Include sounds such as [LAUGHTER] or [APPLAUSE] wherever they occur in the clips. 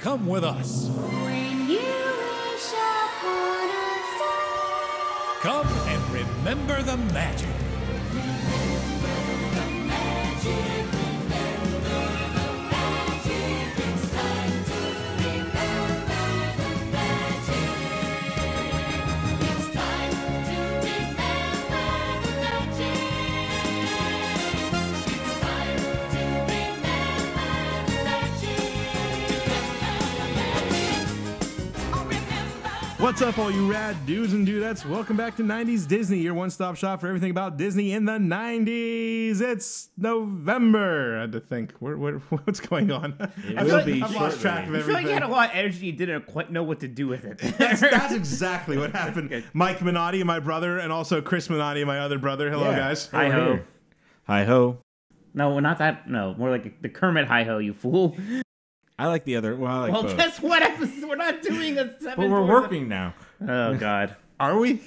Come with us. When you wish upon a star, Come and remember the magic. magic, remember the magic. It's time to remember the magic. It's time to remember the magic. It's time to remember the magic. Oh, What's up, all you rad dudes and dudettes? Welcome back to 90s Disney, your one stop shop for everything about Disney in the 90s. It's November. I had to think. Where, where, [LAUGHS] what's going on? I will feel like be I've lost shortly. track of I feel like you everything. [LAUGHS] had a lot of energy and didn't quite know what to do with it. [LAUGHS] That's exactly what happened. Mike Minotti, my brother, and also Chris Minotti, my other brother. Hello, guys. Hi ho. Hi ho. No, not that. No, more like the Kermit hi ho, you fool. I like the other. Well, I like [LAUGHS] Well, Uh. both. guess what? episode- We're not doing a seven. but we're dwarfs- working now. [LAUGHS] Oh God. Are we?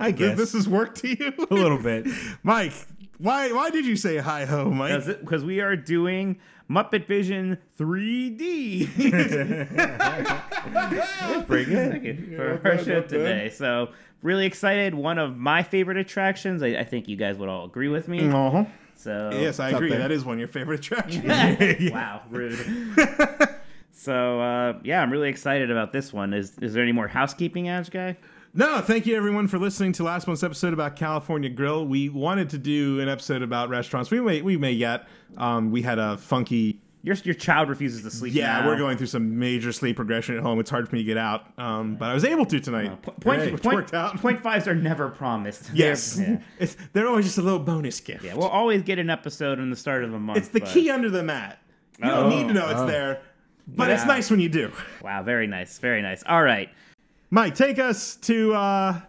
I guess This, this is work to a you? little bit. [LAUGHS] Mike, why, why did you say hi ho, Mike? Because we are doing Muppet Vision 3D. Pretty [LAUGHS] good. Okay, for our show today. So really excited. One of my favorite attractions. I, I think you guys would all agree with me. Uh-huh. So [LAUGHS] Yes, I It's up agree. there. That is one of your favorite attractions. [LAUGHS] wow, rude. so uh, yeah, I'm really excited about this one. Is is there any more housekeeping, Ash guy? No, thank you everyone for listening to last month's episode about California Grill. We wanted to do an episode about restaurants. We may, we may yet. Um, we had a funky. Your your child refuses to sleep. Yeah, now. we're going through some major sleep regression at home. It's hard for me to get out, um, but I was able to tonight. Po- Point, Hey, point, which worked out. point fives are never promised. [LAUGHS] yes, They're, yeah. it's, they're always just a little bonus gift. Yeah, we'll always get an episode on the start of the month. it's the but- key under the mat. You don't Oh, need to know it's oh. there, but it's Yeah. nice when you do. Wow, very nice, very nice. All right, Mike, take us to. Uh,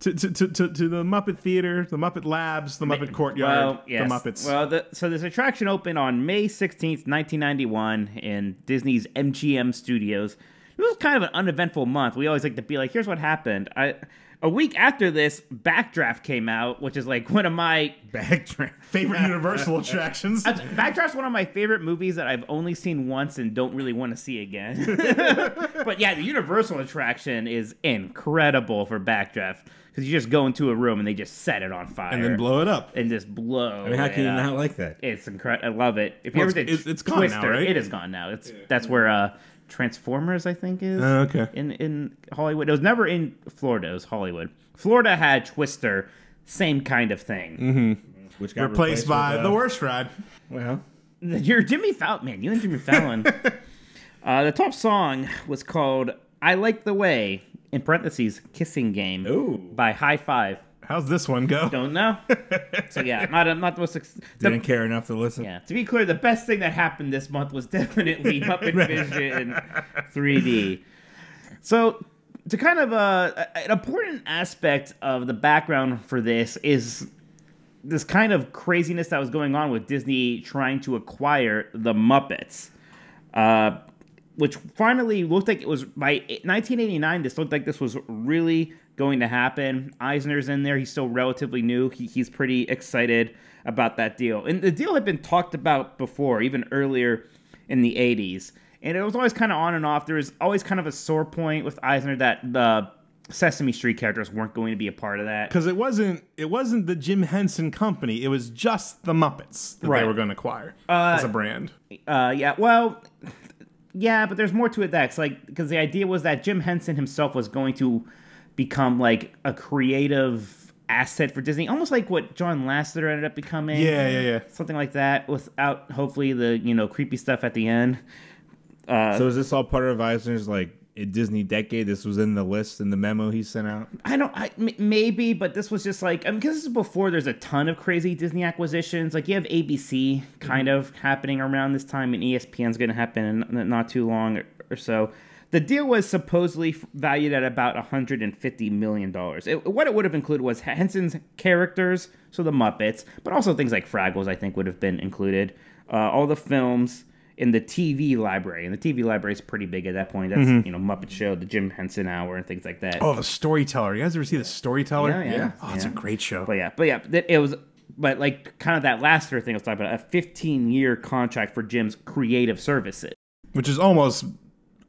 to, to, to, to, to the Muppet Theater, the Muppet Labs, the Muppet Courtyard, well, yes. the Muppets. Well, the, so this attraction opened on May sixteenth, nineteen ninety one, in Disney's MGM Studios. It was kind of an uneventful month. We always like to be like, "Here's what happened." I, a week after this, Backdraft came out, which is like one of my Backtrack. [LAUGHS] Favorite Universal attractions. That's- Backdraft's one of my favorite movies that I've only seen once and don't really want to see [LAUGHS] again. but yeah, the Universal attraction is incredible for Backdraft because you just go into a room and they just set it on fire and then blow it up. and just blow. I mean, how can it you up. not like that? It's incredible. I love it. If you Well, ever it's- did it's- it's gone now, Twister, right? it is gone now. It's that's where uh, Transformers, I think, is Oh, okay. in in Hollywood. It was never in Florida. It was Hollywood. Florida had Twister, same kind of thing. Which got Replaced by with, uh, the worst ride. Well, You're Jimmy Fallon, man. You and [LAUGHS] Jimmy Fallon. uh, the top song was called "I Like the Way" in parentheses "Kissing Game" Ooh. by High Five. How's this one go? [LAUGHS] Don't know. so yeah, not a, not the most. ex- the- didn't care enough to listen. yeah. To be clear, the best thing that happened this month was [LAUGHS] definitely Muppet Vision 3D. So, to kind of uh, an important aspect of the background for this is this kind of craziness that was going on with Disney trying to acquire the Muppets, uh, which finally looked like it was by 1989. This looked like this was really going to happen. Eisner's in there; he's still relatively new. He, he's pretty excited about that deal, and the deal had been talked about before, even earlier in the 80s. And it was always kind of on and off. There was always kind of a sore point with Eisner that the Sesame Street characters weren't going to be a part of that. Because it wasn't it wasn't the Jim Henson Company. It was just the Muppets that they Right. were going to acquire as a brand. Uh, yeah. Well, yeah, but there's more to it. That's like because the idea was that Jim Henson himself was going to become like a creative asset for Disney, almost like what John Lasseter ended up becoming. Yeah, yeah, yeah. Something like that, without hopefully the you know creepy stuff at the end. So is this all part of Eisner's like Disney decade? This was in the list in the memo he sent out. I don't, I, m- maybe, but this was just like, I mean, because this is before there's a ton of crazy Disney acquisitions. Like, you have ABC kind of happening around this time, and E ESPN's going to happen in n- not too long or, or so. The deal was supposedly f- valued at about $150 million. It, what it would have included was Henson's characters, so the Muppets, but also things like Fraggles, I think, would have been included. Uh, all the films in the TV library, and the TV library is pretty big at that point. That's, you know, Muppet Show, the Jim Henson Hour, and things like that. Oh, the Storyteller. You guys ever see the Storyteller? Yeah, yeah, Oh, it's a yeah. great show. But yeah, but yeah, that- it was. But like kind of that last year thing I was talking about, a 15 year contract for Jim's creative services. Which is almost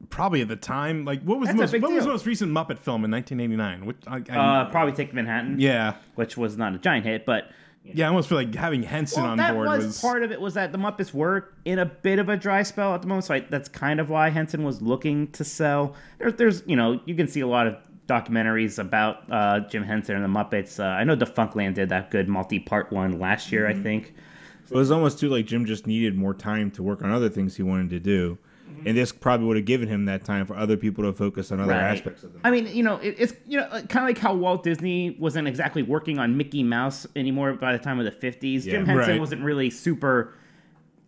probably at the time. Like, what was the That's a most, big what was deal. the most recent Muppet film in 1989? Which I, I Uh, probably take Manhattan, yeah, which was not a giant hit, but yeah. I almost feel like having Henson Well, on that board was, was, part of it. Was that the Muppets were in a bit of a dry spell at the moment, so I, that's kind of why Henson was looking to sell. There, there's, you know, you can see a lot of documentaries about uh, Jim Henson and the Muppets. Uh, I know Defunctland did that good multi-part one last year, Mm-hmm. I think. It was almost too like Jim just needed more time to work on other things he wanted to do, Mm-hmm. and this probably would have given him that time for other people to focus on other Right. aspects of them. I mean, you know, it, it's you know, kind of like how Walt Disney wasn't exactly working on Mickey Mouse anymore by the time of the fifties. Jim Yeah. Henson Right. wasn't really super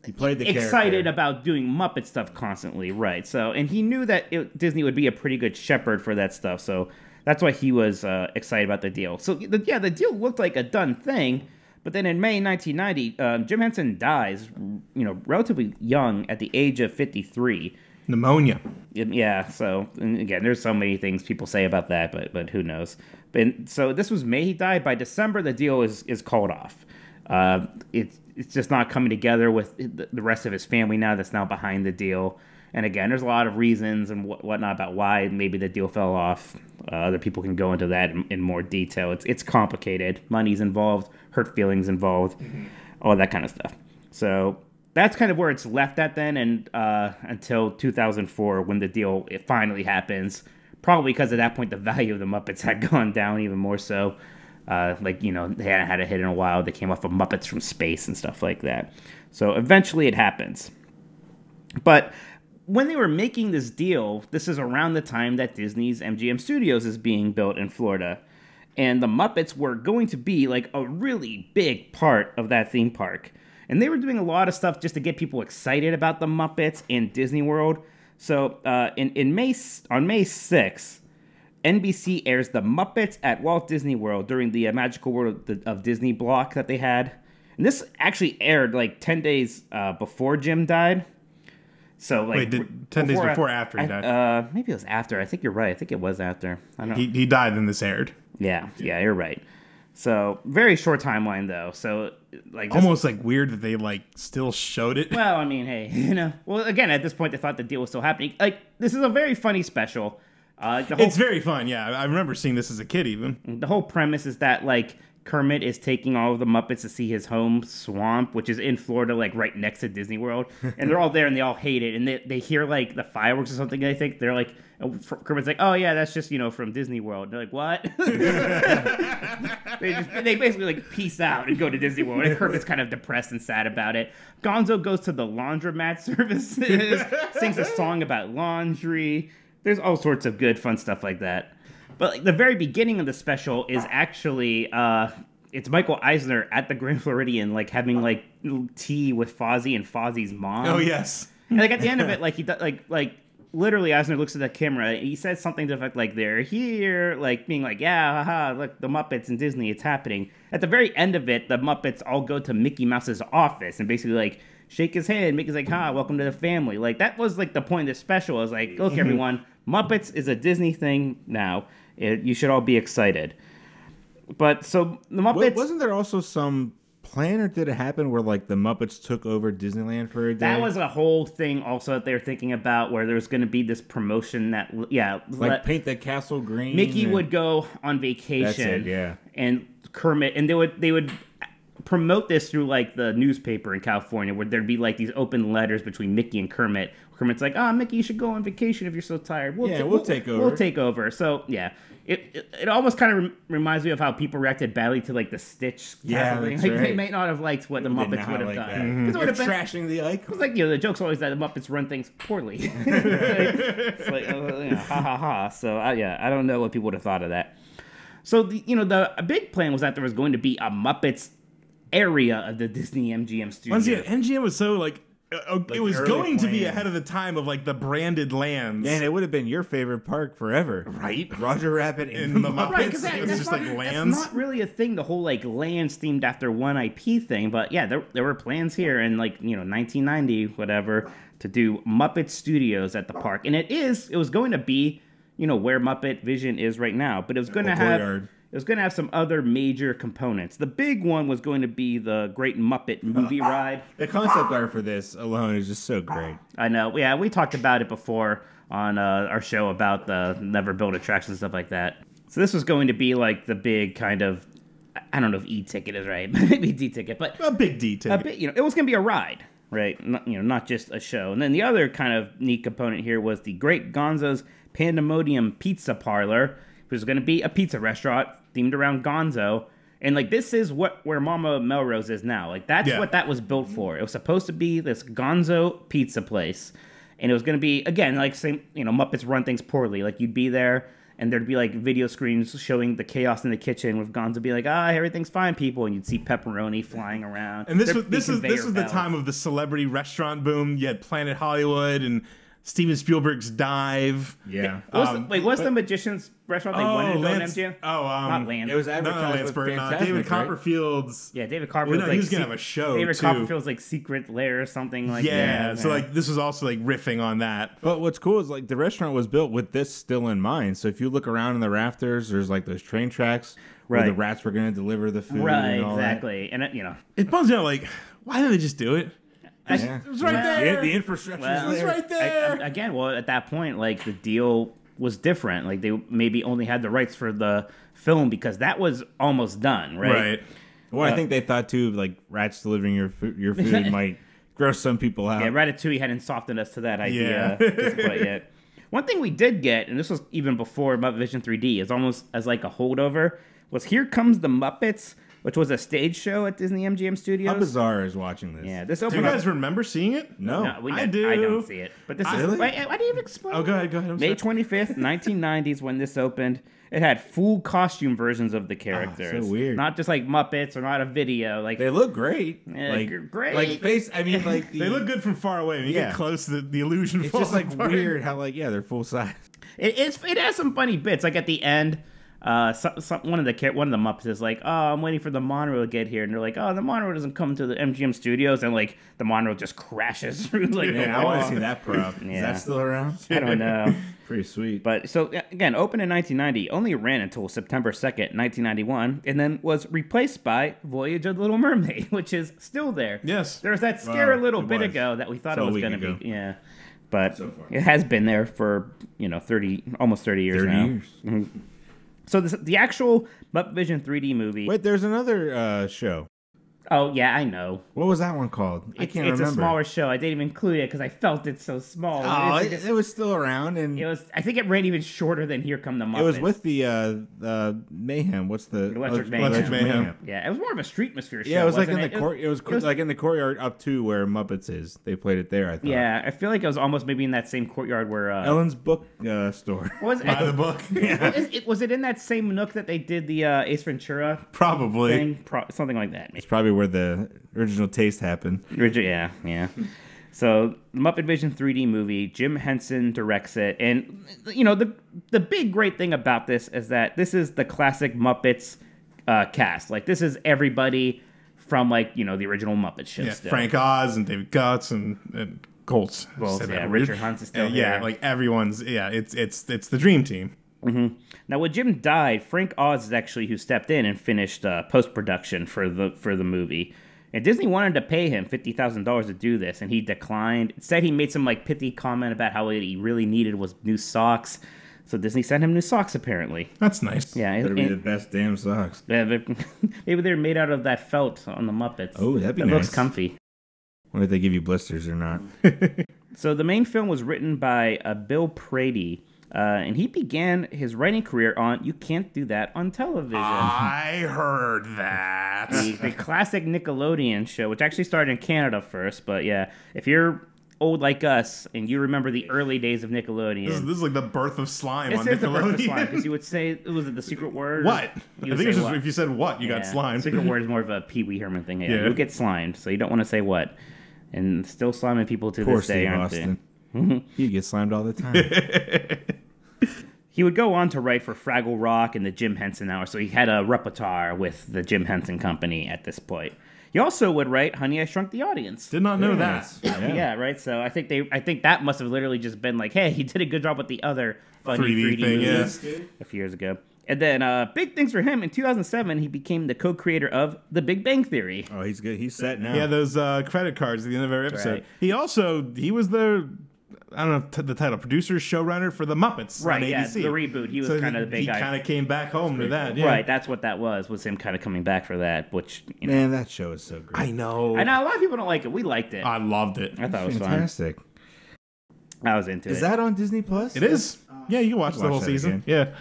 He played the excited character. about doing Muppet stuff constantly, right? So, and he knew that it, Disney would be a pretty good shepherd for that stuff, so that's why he was uh, excited about the deal. So, the, yeah, the deal looked like a done thing, but then in May 1990, um, Jim Henson dies, you know, relatively young at the age of 53. pneumonia. Yeah, so and again, there's so many things people say about that, but but who knows? And so this was May he died. By December, the deal is is called off. Uh, it's it's just not coming together with the the rest of his family now. That's now behind the deal. And again, there's a lot of reasons and what, whatnot about why maybe the deal fell off. Uh, other people can go into that in, in more detail. It's it's complicated. Money's involved, hurt feelings involved, all that kind of stuff. So that's kind of where it's left at then, and uh, until 2004 when the deal it finally happens. Probably because at that point the [LAUGHS] value of the Muppets had gone down even more so. Uh, like you know they hadn't had a hit in a while. They came off of Muppets from Space and stuff like that. So eventually it happens. But when they were making this deal, this is around the time that Disney's MGM Studios is being built in Florida. And the Muppets were going to be like a really big part of that theme park. And they were doing a lot of stuff just to get people excited about the Muppets in Disney World. So uh, in, in May on May 6th, NBC airs The Muppets at Walt Disney World during the uh, Magical World of, of Disney block that they had. And this actually aired like 10 days uh, before Jim died. So like Wait, did- 10 days before after he I- died. Uh, maybe it was after. I think you're right. I think it was after. I don't. He, he died, and this aired. yeah, yeah, you're right. So very short timeline though. So like this- Almost like weird that they like still showed it. Well, I mean, hey, [LAUGHS] you know. Well, again, at this point, they thought the deal was still happening. Like this is a very funny special. Uh, the whole It's very fun. Yeah, I I remember seeing this as a kid. Even the whole premise is that like Kermit is taking all of the Muppets to see his home swamp, which is in Florida, like right next to [LAUGHS] Disney World, and they're all there and they all hate it, and they, they hear like the fireworks or something. And they think they're like and F- Kermit's like, oh yeah, that's just you know from Disney World. And they're [LAUGHS] like, what? [LAUGHS] they just they basically like peace out and go to Disney World. And Kermit's kind of depressed and sad about it. Gonzo goes to the laundromat [LAUGHS] services, sings a song about laundry. There's all sorts of good fun stuff like that. But like the very beginning of the special is actually uh it's Michael Eisner at the Grand Floridian, like having like tea with Fozzie and Fozzie's mom. oh yes, And like at the end of it, like he does, like like literally Eisner looks at the camera. and He says something to the effect like "They're here," like being like, "Yeah, haha, look, the Muppets and Disney, it's happening." At the very end of it, the Muppets all go to Mickey Mouse's office and basically like shake his hand. Mickey's like, "Ha, welcome to the family." Like that was like the point of the special. I was like, "Look, everyone, Muppets is a Disney thing now. It, you should all be excited." But so the Wa- Muppets. wasn't there also some plan or did it happen where like the Muppets took over Disneyland for a day? That was a whole thing also that they were thinking about where there's going to be this promotion that, yeah. like let- paint the castle green. Mickey and- would go on vacation. it, yeah. And Kermit, and they would they would promote this through like the newspaper in California, where there'd be like these open letters between Mickey and Kermit. Kermit's like, "Ah, Mickey, you should go on vacation if you're so tired. We'll Yeah, ta- we'll take We'll over." take over." So yeah, it it, it almost kind of rem- reminds me of how people reacted badly to like the Stitch. Yeah, Castle thing. that's like, they right. may not have liked what the Did Muppets not would have like that. done. 'Cause it You're would have been- trashing the icon. it's like you know the joke's always that the Muppets run things poorly. [LAUGHS] it's like uh, you know, ha ha ha. So I, yeah, I don't know what people would have thought of that. So the, you know the big plan was that there was going to be a Muppets area of the Disney MGM Once studio. again, MGM was so like, uh, uh, it was early going to be plan. ahead of the time of like the branded lands. Man, it would have been your favorite park forever. Right? Roger Rabbit [LAUGHS] and, In the the Muppets. Muppets. Right, 'cause It was that's just, not- like, that's lands. not really a thing. The whole like lands themed after one IP thing, but yeah, there, there were plans here in like you know 1990 whatever to do Muppet Studios at the park, and it is it was going to be you know where Muppet Vision is right now, but it was going to have courtyard. It was going to have some other major components. The big one was going to be the Great [LAUGHS] Muppet Movie Ride. The concept art for this alone is just so great. I know. Yeah, we talked about it before on uh, our show about the never build attractions and stuff like that. So this was going to be like the big kind of I- I don't know if E ticket is right, [LAUGHS] maybe D ticket, but A big D a ticket. bit, you know, it was going to be a ride, right? Not, you know, not just a show. And then the other kind of neat component here was the Great Gonzo's Pandemonium Pizza Parlor, which is going to be a pizza restaurant themed around Gonzo. And like this is what where Mama Melrose is now. Like that's Yeah. what that was built for. It was supposed to be this Gonzo pizza place, and it was going to be again like same. You know, Muppets run things poorly. Like you'd be there. And there'd be like video screens showing the chaos in the kitchen with Gonzo being like, ah, everything's fine, people. And you'd see pepperoni flying around. And this There'd was be this is this conveyor was the belts. time of the celebrity restaurant boom. You had Planet Hollywood and Steven Spielberg's Dive. Yeah. What's the- um, wait, what's the magician's restaurant they wanted to go in MGM? Oh, um, Not Land. It was no, no, advertised Lance with Burton, uh, Fantasmic, David right? Copperfield's. yeah, David Well, Copperfield. no, like, he was gonna sec- have a show, David too. Copperfield's like secret lair or something like yeah, that. so like this was also like riffing on that. But what's cool is like the restaurant was built with this still in mind. So if you look around in the rafters, there's like those train tracks where the Right. rats were going to deliver the food. right, and all that. exactly, and it, you know, It bums me out. Like, why did they just do it? Yeah. It was right Well, there. The, the infrastructure well, is there. right there. I- I- again, well, at that point, like the deal was different. Like they maybe only had the rights for the film because that was almost done, right? Uh, right. Well, I think they thought too, like rats delivering your food, your [LAUGHS] food might gross some people out. Yeah, Ratatouille hadn't softened us to that idea Yeah. just [LAUGHS] quite yet. One thing we did get, and this was even before Muppet Vision 3D, is almost as like a holdover, was Here Comes the Muppets, which was a stage show at Disney MGM Studios. How bizarre is watching this? Yeah, this Do you opened guys up. remember seeing it? No. No, we I don't- do. I don't see it. But this I- is. Really? Why, why do you explain? Oh, go ahead, go ahead. I'm May sorry. [LAUGHS] 25th, 1990s, when this opened, it had full costume versions of Ah, the characters. weird. Not just like Muppets or not a video. Like They look great. Yeah, gr- like great. Like face. I mean, like [LAUGHS] the, They look good from far away. When you Yeah. get close, the, the illusion It's falls just like apart. weird how like yeah they're full size. It it's, it has some funny bits. Like at the end, uh, some, some, one of the char- one of the Muppets is like, "Oh, I'm waiting for the monorail to get here," and they're like, "Oh, the monorail doesn't come to the MGM studios," and like the monorail just crashes [LAUGHS] through like. the Yeah, I wall. want to see that prop. Is Yeah. that still around? I don't know. Pretty sweet. But so a- again, opened in 1990, only ran until September 2nd, 1991, and then was replaced by Voyage of the Little Mermaid, [LAUGHS] which is still there. Yes. there was that scare a Wow, little it bit was. ago that we thought So it a was week going to ago. be, yeah. But So far. it has been there for you know 30, almost 30 years 30 now. years. Mhm. So this, the actual Muppet Vision 3D movie. Wait, there's another uh, show. Oh yeah, I know. What was that one called? I It's, can't it's remember. a smaller show. I didn't even include it because I felt it so small. Oh, It's- it, it was still around, and it it was, was. I think it ran even shorter than Here Come the Muppets. with the uh, the mayhem. What's the uh, Electric Mayhem. Electric Mayhem. Yeah, it was more of a streetmosphere show. Yeah, it was like wasn't in the court. It was, it was- like in the courtyard up to where Muppets is. They played it there. I thought. Yeah, I feel like it was almost maybe in that same courtyard where. Uh, Ellen's book uh, store. [LAUGHS] what was it? By the [LAUGHS] book, yeah, Is- it- was it in that same nook that they did the uh, Ace Ventura probably. thing? Pro- something like that. It's probably where the original taste happened. Richard, yeah, yeah. So the Muppet Vision 3D movie, Jim Henson directs it, and you know the the big great thing about this is that this is the classic Muppets uh, cast. Like this is everybody from like you know the original Muppet show. Yeah, still. Frank Oz and David Gutz and, and Colts. Goltz, Said yeah, that Richard weird. Huntz is still Uh, yeah, there. like everyone's. Yeah, it's it's it's the dream team. Now, when Jim died, Frank Oz is actually who stepped in and finished uh, post production for the for the movie. And Disney wanted to pay him fifty thousand dollars to do this, and he declined. Instead, he made some like pithy comment about how what he really needed was new socks. So Disney sent him new socks, apparently. That's nice. Yeah, Better and- be the and- best damn socks. [LAUGHS] yeah, but- maybe they're [LAUGHS] made out of that felt on the Muppets. Oh, that'd be that looks nice. comfy. Wonder if they give you blisters or not. So the main film was written by uh, Bill Prady, uh, and he began his writing career on "You Can't Do That on Television." I heard that. [LAUGHS] the, the classic Nickelodeon show, which actually started in Canada first. But yeah, if you're old like us and you remember the early days of This is, Nickelodeon, this is like the birth of slime this on is the breakfast slime Nickelodeon. because you would say was it the secret word? [LAUGHS] what? I You think would say it's just what? if you said what, you got Yeah, slime. Secret word [LAUGHS] is more of a Pee Wee Herman thing. Yeah, Yeah. you get slimed, so you don't want to say what. And still sliming people to Poor this day, Steve aren't Austin. they? [LAUGHS] you get slimed all the time. He would go on to write for Fraggle Rock and the Jim Henson Hour, so he had a repertoire with the Jim Henson Company at this point. He also would write Honey, I Shrunk the Audience. Did not know that. Yeah. Yeah, right. So I think they, I think that must have literally just been like, hey, he did a good job with the other funny 3D, 3D thing, yeah. movies a few years ago. And then uh, big things for him in 2007, he became the co-creator of The Big Bang Theory. Oh, he's good. He's set now. Yeah, those uh, credit cards at the end of every episode. right. He also he was the I don't know t- the title producer showrunner for the Muppets Right, on yeah, ABC. the reboot. He was kinda the big he guy. kind of came back home to that. Yeah. Right, that's what that was. Was him kind of coming back for that, which you know, Man, that show is so great. I know. I know a lot of people don't like it. We liked it. I loved it. I thought it was Fantastic. fun. I was into Is it. that on Disney Plus? It is. Yeah, you can watch, the Watch whole that season. again. Yeah.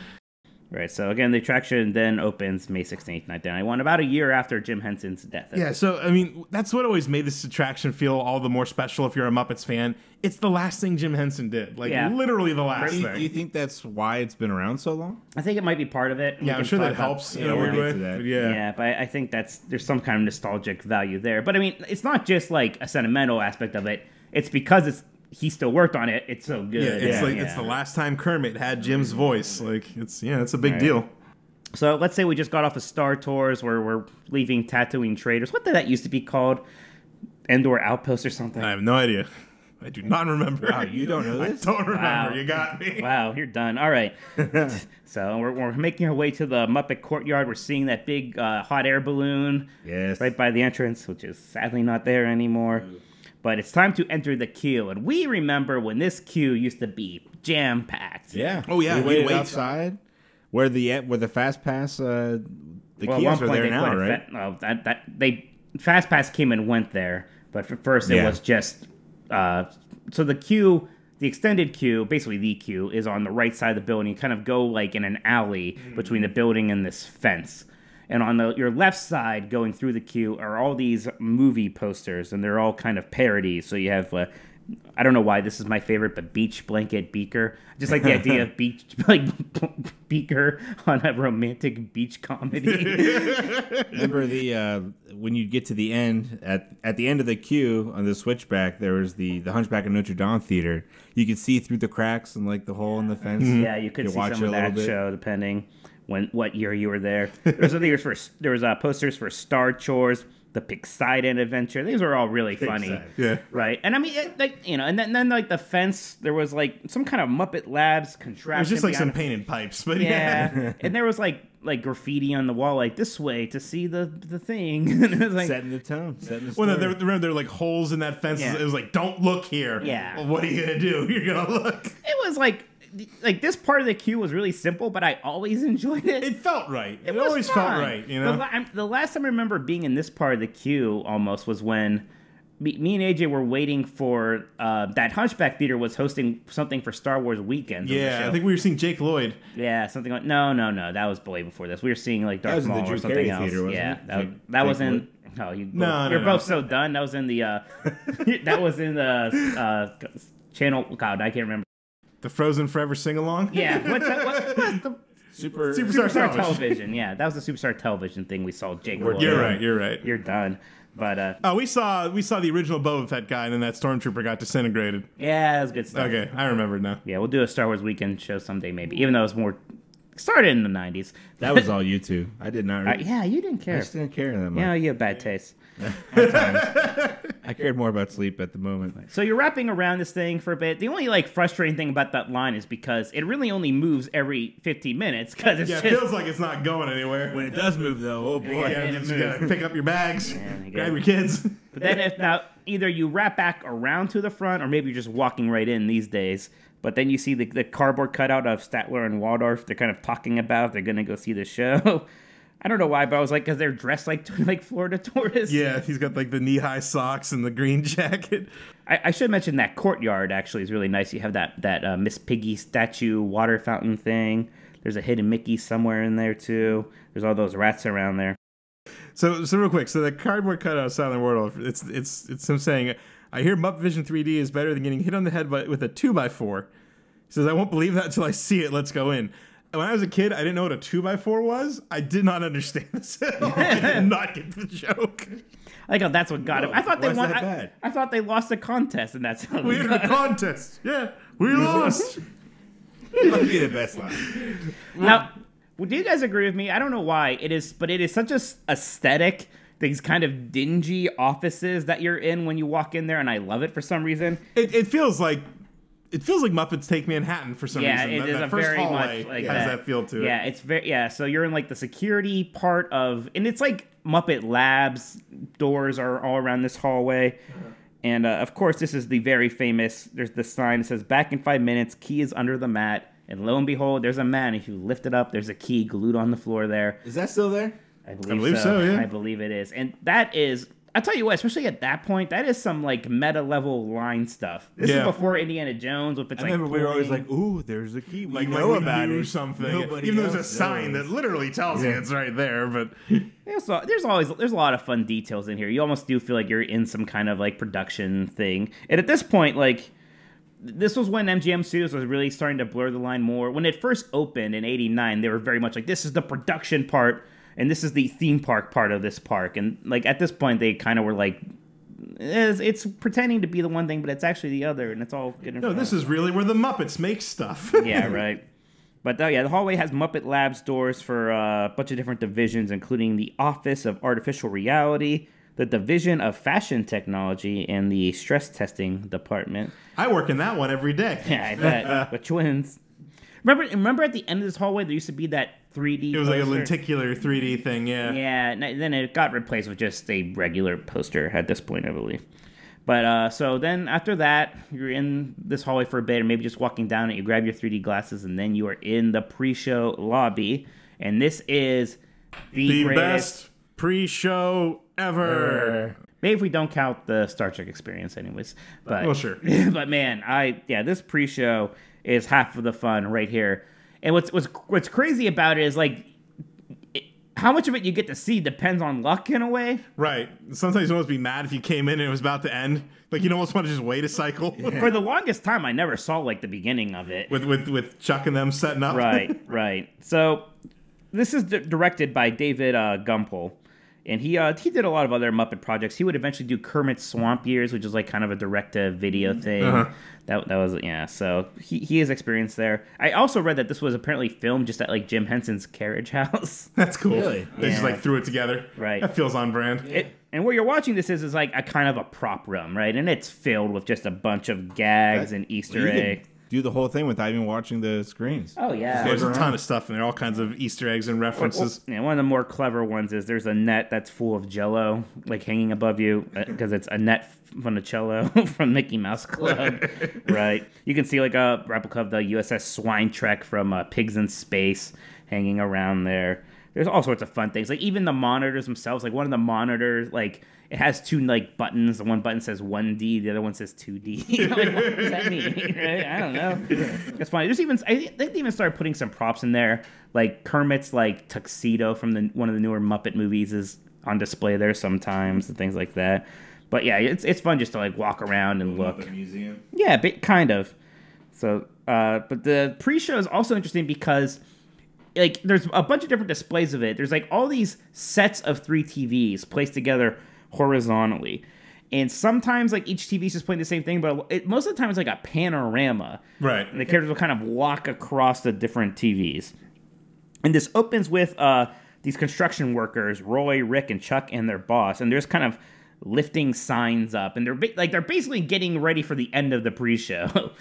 Right. So again, the attraction then opens May 16th, 1991, about a year after Jim Henson's death. Yeah, so I mean, that's what always made this attraction feel all the more special if you're a Muppets fan. It's the last thing Jim Henson did, like Yeah. literally the last Do you, thing. do you think that's why it's been around so long? I think it might be part of it. We yeah, I'm can sure talk that about- helps in yeah, a we'll weird get way. to that. but Yeah. yeah. but I think that's there's some kind of nostalgic value there. But I mean, it's not just like a sentimental aspect of it. It's because it's he still worked on it. It's so good. Yeah, Mm-hmm. it's Yeah, like yeah. it's the last time Kermit had Jim's voice. Like it's yeah, it's a big deal. So let's say we just got off of Star Tours where we're leaving Tatooine Traders. What did that used to be called? Endor Outpost or something. I have no idea. I do not remember. Oh, Wow, you don't know this? I don't remember. Wow. You got me. Wow, you're done. [LAUGHS] All right. so we're, we're making our way to the Muppet Courtyard. We're seeing that big uh, hot air balloon Yes. right by the entrance, which is sadly not there anymore. But it's time to enter the queue. And we remember when this queue used to be jam packed. Yeah. Oh, yeah, We you waited wait. outside where the where the fast pass uh, the Well, at one kiosks point are they there now, put a right? fa- oh, that, that they fast pass came and went there, but for first it Yeah. was just uh, so the queue, the extended queue, basically the queue is on the right side of the building. You kind of go like in an alley between the building and this fence. And on the, your left side, going through the queue, are all these movie posters, and they're all kind of parodies. So you have, uh, I don't know why this is my favorite, but Beach Blanket Beaker. I Just like the [LAUGHS] idea of beach, [LAUGHS] like Beaker on a romantic beach comedy. Remember the uh, when you get to the end at at the end of the queue on the switchback, there was the the Hunchback of Notre Dame theater. You could see through the cracks and like the hole in the fence. Mm-hmm. Yeah, you could You see watch some it of a little that bit. show depending when what year you were there. There was other years for there was uh, posters for Star Chores, the Pixiden Adventure. These were all really funny, Pixiden. Yeah. right? And I mean, it, like you know, and then, then like the fence, there was like some kind of Muppet Labs contraption. It was just like some behind- painted pipes, but [LAUGHS] yeah. yeah, [LAUGHS] and there was like like graffiti on the wall, like this way to see the the thing. [LAUGHS] and it was like, Setting the tone, setting the Well, story. no, there, remember there were like holes in that fence. Yeah. It was like, don't look here. Yeah. Well, what are you gonna do? [LAUGHS] You're gonna look. it was like like this part of the queue was really simple, but I always [LAUGHS] enjoyed it. It felt right. It, was always fun. felt right. You know. The, la- I'm- the last time I remember being in this part of the queue almost was when me, me and AJ were waiting for uh, that Hunchback Theater was hosting something for Star Wars weekends. on the yeah, show. I think we were seeing Jake Lloyd. yeah, something like no, no, no. That was way before this. We were seeing like Darth was in the Maul or Drew something Carey else. Theater, wasn't yeah, it? that, Like, that Big was in. Wood. Oh, you both, No, no, you're no. both so done. That was in the. Uh, [LAUGHS] that was in the uh, channel. God, I can't remember. The Frozen Forever sing along. Yeah, what's that? What, what's the [LAUGHS] super Superstar, Superstar Television. Television? Yeah, that was the Superstar Television thing we saw. Jake, Lloyd. You're right. You're right. you're done. But uh, Oh, we saw we saw the original Boba Fett guy, and then that stormtrooper got disintegrated. yeah, that's good stuff. Okay, I remember now. Yeah, we'll do a Star Wars weekend show someday, maybe. Even though it's more started in the '90s. That was all you two. I did not. Uh, Re- yeah, you didn't I care. just didn't care that much. Yeah, you have bad taste. I cared more about sleep at the moment. So you're wrapping around this thing for a bit. The only like frustrating thing about that line is because it really only moves every 15 minutes because it's Yeah, it just feels like it's not going anywhere. When it does move, though, oh boy. yeah, you just gotta pick up your bags, you grab gotta- your kids. But then if now either you wrap back around to the front or maybe you're just walking right in these days. But then you see the, the cardboard cutout of Statler and Waldorf. They're kind of talking about they're gonna go see the show. [LAUGHS] I don't know why, but I was like, because they're dressed like [LAUGHS] like Florida tourists. Yeah, he's got like the knee high socks and the green [LAUGHS] jacket. I, I should mention that courtyard actually is really nice. You have that that uh, Miss Piggy statue, water fountain thing. There's a hidden Mickey somewhere in there too. There's all those rats around there. So, so real quick, so the cardboard cutout of Silent Wardle, it's it's it's him saying, "I hear Muppet Vision 3D is better than getting hit on the head by, with a two x four. He says, "I won't believe that until I see it. Let's go in." And When I was a kid, I didn't know what a two x four was. I did not understand this at all. I did [LAUGHS] not get the joke. I like how that's what got him. I thought they why is won. that I, bad? I thought they lost the contest, and that's how We they had got [LAUGHS] a contest. Yeah, we lost. That'd be the best line. Now, well, do you guys agree with me? I don't know why it is, but it is such a s- aesthetic. These kind of dingy offices that you're in when you walk in there, and I love it for some reason. It, it feels like It feels like Muppets Take Manhattan for some yeah, reason. it that, is that a first very hallway much like has that. feel to it. Yeah, it's very yeah. So you're in like the security part of, and it's like Muppet Labs. Doors are all around this hallway, Uh-huh. and uh, of course, this is the very famous. There's the sign that says "Back in five minutes." Key is under the mat, and lo and behold, there's a man. If you lift it up, there's a key glued on the floor there. Is that still there? I believe, believe so. so, yeah. I believe it is, and that is. I tell you what, especially at that point, that is some like meta level line stuff. This Yeah. is before Indiana Jones, with it's I like remember we were always pulling- like, "Ooh, there's a key. We Like, know like we about knew it. something. Nobody Even though there's a else sign knows." that literally tells you it's right there, [LAUGHS] but There's, al- there's always there's a lot of fun details in here. You almost do feel like you're in some kind of like production thing. And at this point, like th- this was when MGM Studios was really starting to blur the line more. When it first opened in '89, they were very much like this is the production part and this is the theme park part of this park. And like at this point, they kind of were like. "Eh, It's, it's pretending to be the one thing, but it's actually the other, and it's all good. no, this is really where the Muppets make stuff. [LAUGHS] yeah, right. But uh, yeah, the hallway has Muppet Labs doors for uh, a bunch of different divisions, including the Office of Artificial Reality, the Division of Fashion Technology, and the Stress Testing Department. [LAUGHS] I work in that one every day. Yeah, I bet. but twins. Remember, remember at the end of this hallway, there used to be that 3D. It was like a poster? lenticular 3D thing, yeah. Oh, Yeah, and then it got replaced with just a regular poster at this point, I believe. But uh, so then after that, you're in this hallway for a bit, or maybe just walking down it, you grab your 3D glasses, and then you are in the pre show lobby. And this is the, The greatest. best pre-show ever. Maybe if we don't count the Star Trek experience, anyways. But Well, sure. [LAUGHS] but man, I yeah, this pre-show is half of the fun right here. And what's what's what's crazy about it is like it, how much of it you get to see depends on luck in a way. Right. Sometimes you almost be mad if you came in and it was about to end. Like you'd almost want to just wait a cycle For the longest time, I never saw like the beginning of [LAUGHS] it. with, with with Chuck and them setting up. [LAUGHS] right, right. So this is di- directed by David uh, Gumpel, and he uh, he did a lot of other Muppet projects. He would eventually do Kermit Swamp Years, which is like kind of a direct-to-video thing. Uh-huh. That that was yeah. So he he is experienced there. I also read that this was apparently filmed just at like Jim Henson's carriage [LAUGHS] house. [LAUGHS] That's cool. Really? They just Yeah. like threw it together. Right. That feels on brand. It, and where you're watching this is is like a kind of a prop room, right? And it's filled with just a bunch of gags and Easter You could eggs. Do the whole thing without even watching the screens. Oh yeah. There's a ton of stuff in there, all kinds of Easter eggs and references. Yeah, one of the more clever ones is there's a net that's full of Jello, like hanging above you, because it's a net from the cello [LAUGHS] from Mickey Mouse Club, right? You can see like a replica of the USS Swine Trek from uh, Pigs in Space hanging around there. There's all sorts of fun things, like even the monitors themselves. Like one of the monitors, like it has two like buttons. The one button says 1D, the other one says 2D. You know, [LAUGHS] like, what does that mean? [LAUGHS] Right? I don't know. That's funny. There's even I think they even started putting some props in there, like Kermit's like tuxedo from the one of the newer Muppet movies is on display there sometimes and things like that. But yeah, it's it's fun just to like walk around and look. museum. Yeah, bit kind of. So, uh, but the pre-show is also interesting because like there's a bunch of different displays of it. There's like all these sets of three TVs placed together horizontally. And sometimes like each TV is just playing the same thing, but it, most of the time it's like a panorama. Right. And the characters will kind of walk across the different TVs. And this opens with uh, these construction workers, Roy, Rick, and Chuck, and their boss, and they're just kind of lifting signs up, and they're ba- like they're basically getting ready for the end of the pre-show. [LAUGHS]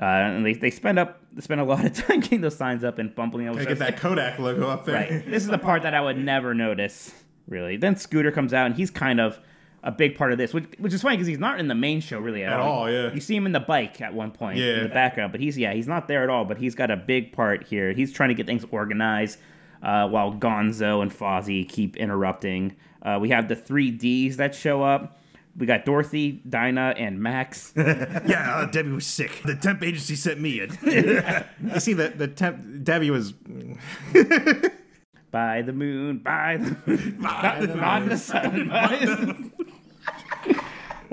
Uh, and they, they spend up they spend a lot of [LAUGHS] time getting those signs up and bumping over. I get that Kodak logo up there. Right. This is the part that I would never notice, really. Then Scooter comes out, and he's kind of a big part of this, which, which is funny because he's not in the main show really [LAUGHS] at, At all, yeah. You see him in the bike at one point in Yeah. the background, but he's yeah, he's not there at all. But he's got a big part here. He's trying to get things organized, uh, while Gonzo and Fozzie keep interrupting. Uh, we have the three Ds that show up. We got Dorothy, Dinah, and Max. [LAUGHS] Yeah, "Oh, uh, Debbie was sick. [LAUGHS] The temp agency sent me in. [LAUGHS] you see, the, the temp, Debbie [LAUGHS] was. by the moon, by the By the [LAUGHS] not the sun, by [LAUGHS] the-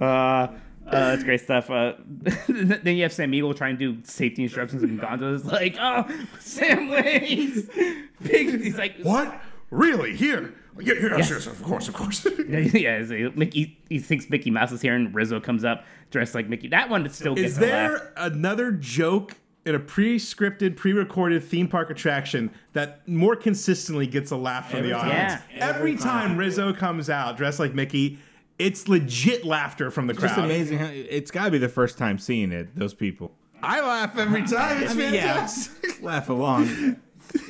uh, uh, that's great stuff. Uh, [LAUGHS] then you have Sam Eagle trying to do safety instructions, and Gonzo's like, "Oh, Sam Waits." [LAUGHS] Big- He's like, What? Really? Here? Yeah, yeah, yes. yes, of course, of course. [LAUGHS] Yeah, so Mickey. He thinks Mickey Mouse is here, and Rizzo comes up dressed like Mickey. That one still gets Is a laugh. there another joke in a pre-scripted, pre-recorded theme park attraction that more consistently gets a laugh from the Every audience? time. Every, time Rizzo comes out dressed like Mickey, it's legit laughter from the Just crowd. amazing. How, it's got to be the first time seeing it. Those people. I laugh [LAUGHS] every time. It's I mean, yeah. fantastic. Laugh [LAUGHS] along.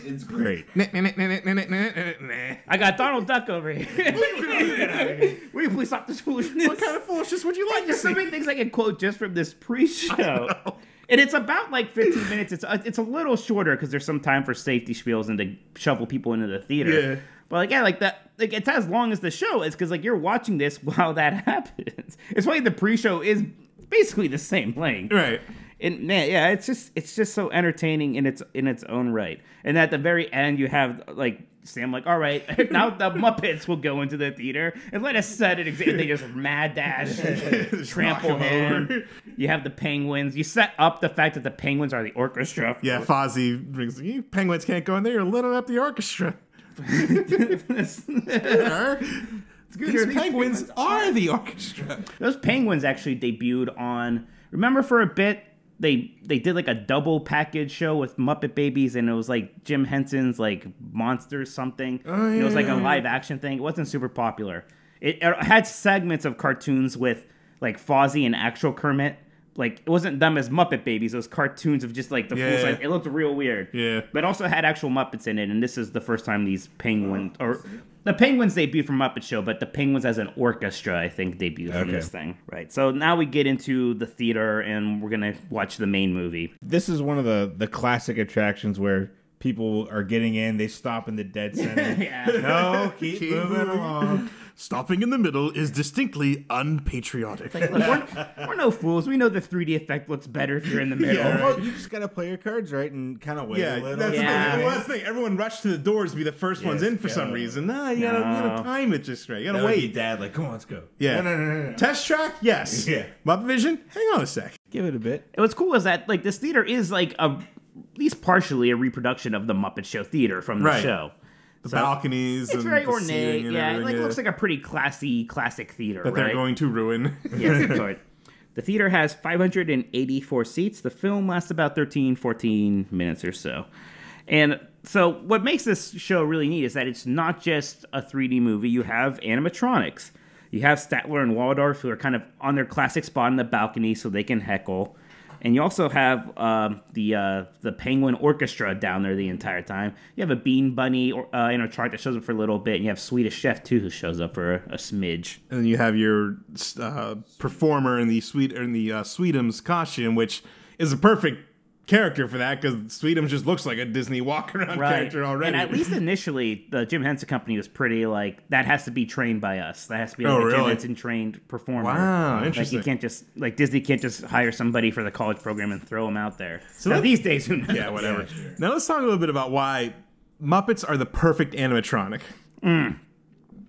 It's great. I got Donald Duck over here. [LAUGHS] Will you please stop this foolishness? what kind of foolishness would you like to There's so see? many things I can quote just from this pre-show. And it's about like 15 minutes. It's uh, it's a little shorter because there's some time for safety spiels and to shuffle people into the theater. Yeah. But like yeah, like that. Like it's as long as the show is because like you're watching this [LAUGHS] while that happens. It's why the pre-show is basically the same length. Right. And man, yeah, it's just it's just so entertaining in its in its own right. And at the very end, you have like Sam, like, all right, [LAUGHS] now the Muppets will go into the theater and let us set an example. They just mad dash, [LAUGHS] trample Knock 'em him. You have the Penguins. You set up the fact that the Penguins are the orchestra. Yeah, Fozzie brings. You penguins can't go in there. You're littered up the [LAUGHS] orchestra. These penguins are the orchestra. Those Penguins actually debuted on. Remember for a bit. They, they did like a double package show with Muppet Babies and it was like Jim Henson's like monsters something. Oh, it was like yeah. a live action thing. It wasn't super popular. It, it had segments of cartoons with like Fozzie and actual Kermit. Like it wasn't them as Muppet Babies. It was cartoons of just like the Yeah. full size. It looked real weird. Yeah. But it also had actual Muppets in it. And this is the first time these penguins Oh, or the penguins debuted from Muppet Show, but the penguins as an orchestra I think debuted from Okay. this thing. Right. So now we get into the theater and we're gonna watch the main movie. This is one of the the classic attractions where people are getting in. They stop in the [LAUGHS] dead center. [LAUGHS] Yeah. No, keep, Keep moving moving. along. Stopping in the middle is distinctly unpatriotic. we're, we're no fools. We know the 3D effect looks better if you're in the middle. Well, you just gotta play your cards right and kind of wait Yeah, a little. that's Yeah. The, thing. Well, that's the thing. Everyone rushed to the doors to be the first ones in for some reason. Nah, you gotta, you No. gotta time it just right. You gotta That would be wait. dad, like, come on, let's go. Yeah. No, no, no, no, no. Test track? Yes. [LAUGHS] Yeah. Muppet Vision? Hang on a sec. Give it a bit. And what's cool is that like this theater is like a at least partially a reproduction of the Muppet Show theater from the Right. show. The balconies. It's and very the ornate, ceiling and yeah. It everything, like, yeah. looks like a pretty classy classic theater, that right? they're going to ruin. [LAUGHS] [LAUGHS] yes, that's right. The theater has 584 seats. The film lasts about 13, 14 minutes or so. And so, what makes this show really neat is that it's not just a 3D movie, you have animatronics. You have Statler and Waldorf, who are kind of on their classic spot in the balcony so they can heckle. And you also have um the uh, the Penguin Orchestra down there the entire time. You have a Bean Bunny or, uh, in a chart that shows up for a little bit. And you have Swedish Chef, too, who shows up for a, a smidge. and then you have your uh, performer in the sweet in the uh, Sweetums costume, which is a perfect character for that because Sweetums just looks like a Disney walk around character already. And at least initially, the Jim Henson Company was pretty like that has to be trained by us. That has to be like Oh, a Jim really? Henson trained performer. Wow, Like you interesting. can't just like Disney can't just hire somebody for the college program and throw them out there. So let- these days, who knows? yeah, whatever. Now let's talk a little bit about why Muppets are the perfect animatronic. Because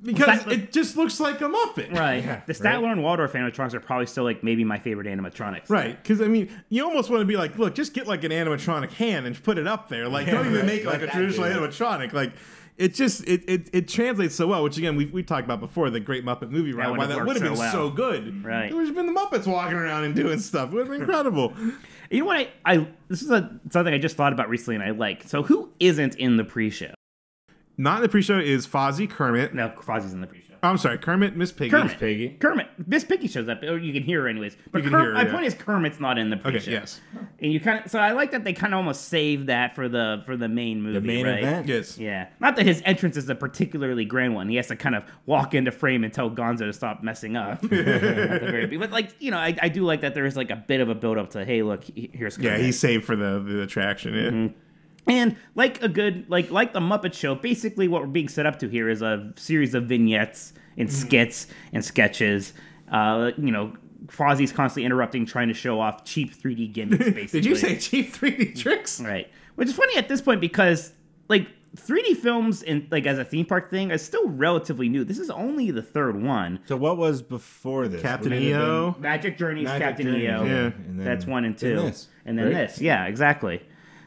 Mm. Exactly. it just looks like a Muppet. [LAUGHS] Right. the Statler and Waldorf animatronics are probably still like maybe my favorite animatronics. Right, because I mean, you almost want to be like, look, just get like an animatronic hand and put it up there. Like, don't even [LAUGHS] right. make like Let a that traditional do it. animatronic. Like, it just it, it it translates so well. Which again, we we talked about before the Great Muppet Movie Ride. would've Why that worked would have so been well. so good. Right. it would have been the Muppets walking around and doing stuff. It would have been incredible. You know what? I, I this is a, something I just thought about recently and I like. So who isn't in the pre-show? Not in the pre-show is Fozzie Kermit. Oh, No, Fozzie's in the pre-show. I'm sorry, Kermit, Miss Piggy. Kermit. Piggy. Kermit. Miss Piggy shows up, or you can hear her anyways. But You can Kerm- hear her, my yeah. point is Kermit's not in the pre-show. Okay, yes, And you kind of so I like that they kind of almost saved that for the for the main movie, The main right? event. yes. Yeah, not that his entrance is a particularly grand one. He has to kind of walk into frame and tell Gonzo to stop messing up. [LAUGHS] At the very be- but like you know, I, I do like that there is like a bit of a build up to hey, look, he- here's Yeah, Kermit." he's saved for the, the attraction. Yeah. Mm-hmm. and like a good like like the Muppet Show. Basically, what we're being set up to here is a series of vignettes Mm-hmm. and skits and sketches. Uh, you know, Fozzie's constantly interrupting, trying to show off cheap 3D gimmicks. Basically, [LAUGHS] Did you say cheap 3D tricks? Right. Which is funny at this point because like 3D films and like as a theme park thing is still relatively new. This is only the third one. So what was before this? Captain E Would it have EO. Magic Journeys, Magic Captain Journeys, EO. yeah. Yeah. And then- That's one and two. then this, and then right? this. Yeah, exactly.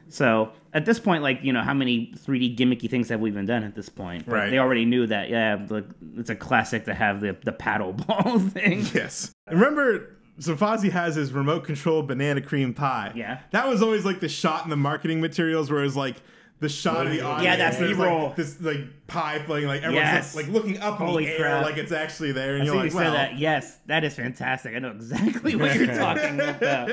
So at this point, like, you know, how many 3D gimmicky things have we even done at this point? But Right. They already knew that, yeah, the, it's a classic to have the, the paddle ball [LAUGHS] thing. Yes. Remember, so Fozzie has his remote control banana cream pie. Yeah. That was always like the shot in the marketing materials where it was like, the shot of the audience. that there's, B-roll. Like, this like pie floating, like everyone's Yes. like, like, looking up Holy in the air, crap. like it's actually there, and I you're see you like, said well, that. Yes, that is fantastic. I know exactly [LAUGHS] what you're talking about.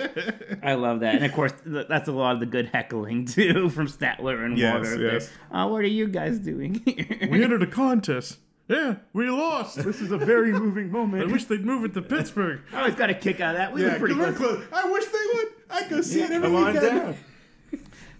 I love that. And of course, th- that's a lot of the good heckling, too, from Statler and Yes, Water. yes. Uh, what are you guys doing here? We entered a contest. Yeah, we lost. this is a very [LAUGHS] moving I moment. wish they'd move it to Pittsburgh. I always got a kick out of that. We yeah, were pretty 'cause we're close. close. [LAUGHS] I wish they would. I go see it every Come on weekend. down.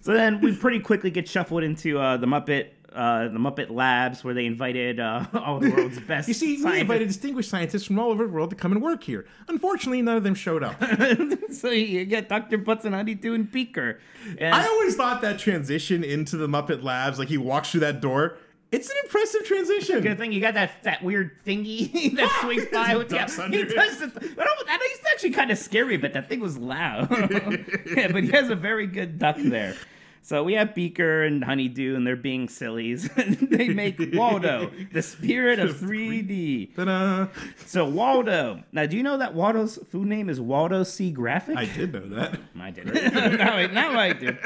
So then we pretty quickly get shuffled into uh, the Muppet. Uh, the Muppet Labs, where they invited uh, [LAUGHS] all the world's best. You see, we scientists. invited distinguished scientists from all over the world to come and work here. Unfortunately, none of them showed [LAUGHS] up. [LAUGHS] so you get Dr. Butts and Honeydew and Beaker. And I always thought that transition into the Muppet Labs, like he walks through that door, it's an impressive transition. [LAUGHS] Good thing you got that that weird thingy [LAUGHS] that swings by. with yeah, [LAUGHS] ducks under he it. does. The, I don't. I know he's actually kind of scary, but that thing was loud. [LAUGHS] yeah, but he has a very good duck there. So we have Beaker and Honeydew, and they're being sillies. [LAUGHS] they make Waldo, the spirit of 3D. Ta-da. So Waldo. Now, do you know that Waldo's food name is Waldo C. Graphic? I did know that. [LAUGHS] I did. [LAUGHS] now, I, now I do.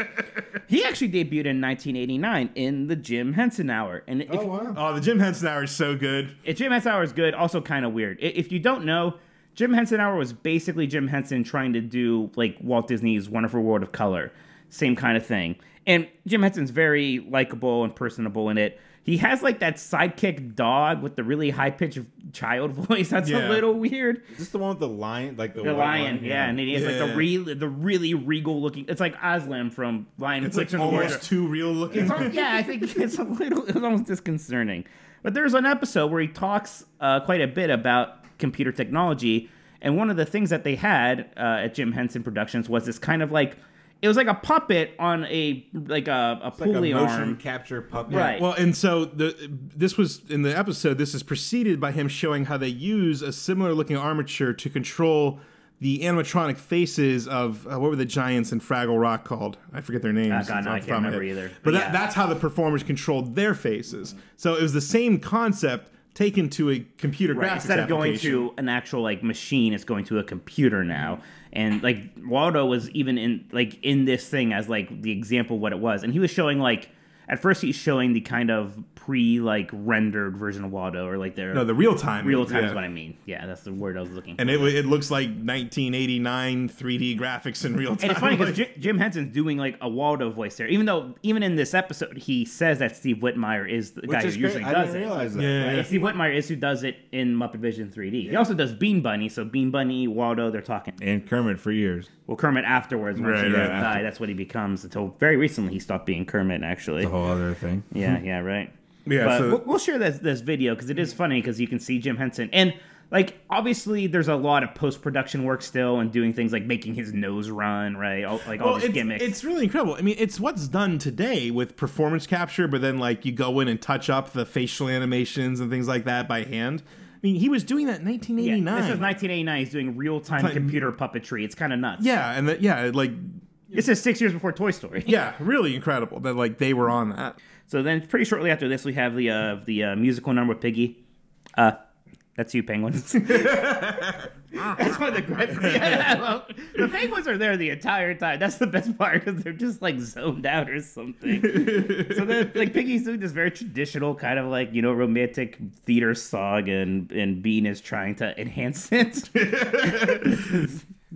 He actually debuted in 1989 in the Jim Henson Hour, and if, Oh, the Jim Henson Hour is so good. it, Jim Henson Hour is good, also kind of weird. I- If you don't know, Jim Henson Hour was basically Jim Henson trying to do like Walt Disney's Wonderful World of Color, same kind of thing. And Jim Henson's very likable and personable in it. He has like that sidekick dog with the really high pitched child [LAUGHS] voice. That's a Yeah. little weird. Is this the one with the lion? Like the, The white lion, one? yeah. and he has like the Yeah. re- the really regal looking. It's like Aslan from Lion. It's like Witch and the Wardrobe. almost too real looking. [LAUGHS] It's al- yeah, I think it's a little, it's almost disconcerting. But there's an episode where he talks uh, quite a bit about computer technology, and one of the things that they had uh, at Jim Henson Productions was this kind of like, it was like a puppet on a like a, a Like a pulley motion arm. capture puppet. Right. Well, and so the this was in the episode. This is preceded by him showing how they use a similar looking armature to control the animatronic faces of uh, what were the giants in Fraggle Rock called? I forget their names. Ah, God, no, off I the can't top of my remember head. either. But Yeah. that, that's how the performers controlled their faces. So it was the same concept taken to a computer Right. graphics Instead of going application. to an actual like machine, it's going to a computer now. And like Waldo was even in like in this thing as like the example of what it was, and he was showing like at first he's showing the kind of pre like rendered version of Waldo or like their no, the real time. real time is yeah. what I mean. Yeah, that's the word I was looking. for. And it, wa- it looks like 1989 3D graphics in real time. And [LAUGHS] it's funny because Like- Jim, Jim Henson's doing like a Waldo voice there, even though even in this episode he says that Steve Whitmire is the Which guy who is great. usually I does didn't it. realize that. Yeah. Right, Steve Whitmire is who does it in Muppet Vision 3D. He also does Bean Bunny, so Bean Bunny, Waldo, they're talking. And Kermit for years. Well, Kermit afterwards, once Right, he right, does die, that's what he becomes. Until very recently, he stopped being Kermit. Actually, The whole other [LAUGHS] thing. [LAUGHS] Oh, yeah, yeah, right. [LAUGHS] [LAUGHS] Yeah, but so- we'll, we'll share this this video because it is funny because you can see Jim Henson and like obviously there's a lot of post production work still and doing things like making his nose run, right? All, like all these it's, gimmicks. It's really incredible. I mean, it's what's done today with performance capture, but then like you go in and touch up the facial animations and things like that by hand. I mean, he was doing that in yeah, this 1989. is 1989. He's doing real time Time- computer puppetry. It's kind of nuts. yeah, and that yeah, like this is six years before Toy Story. yeah, really incredible that like they were on that. So then, pretty shortly after this, we have the uh, the uh, musical number with Piggy. Uh, that's you, penguins. that's one of the gripes. Yeah, well, the penguins are there the entire time. That's the best part because they're just like zoned out or something. so then, like Piggy's doing this very traditional kind of like you know romantic theater song, and and Bean is trying to enhance it. [LAUGHS]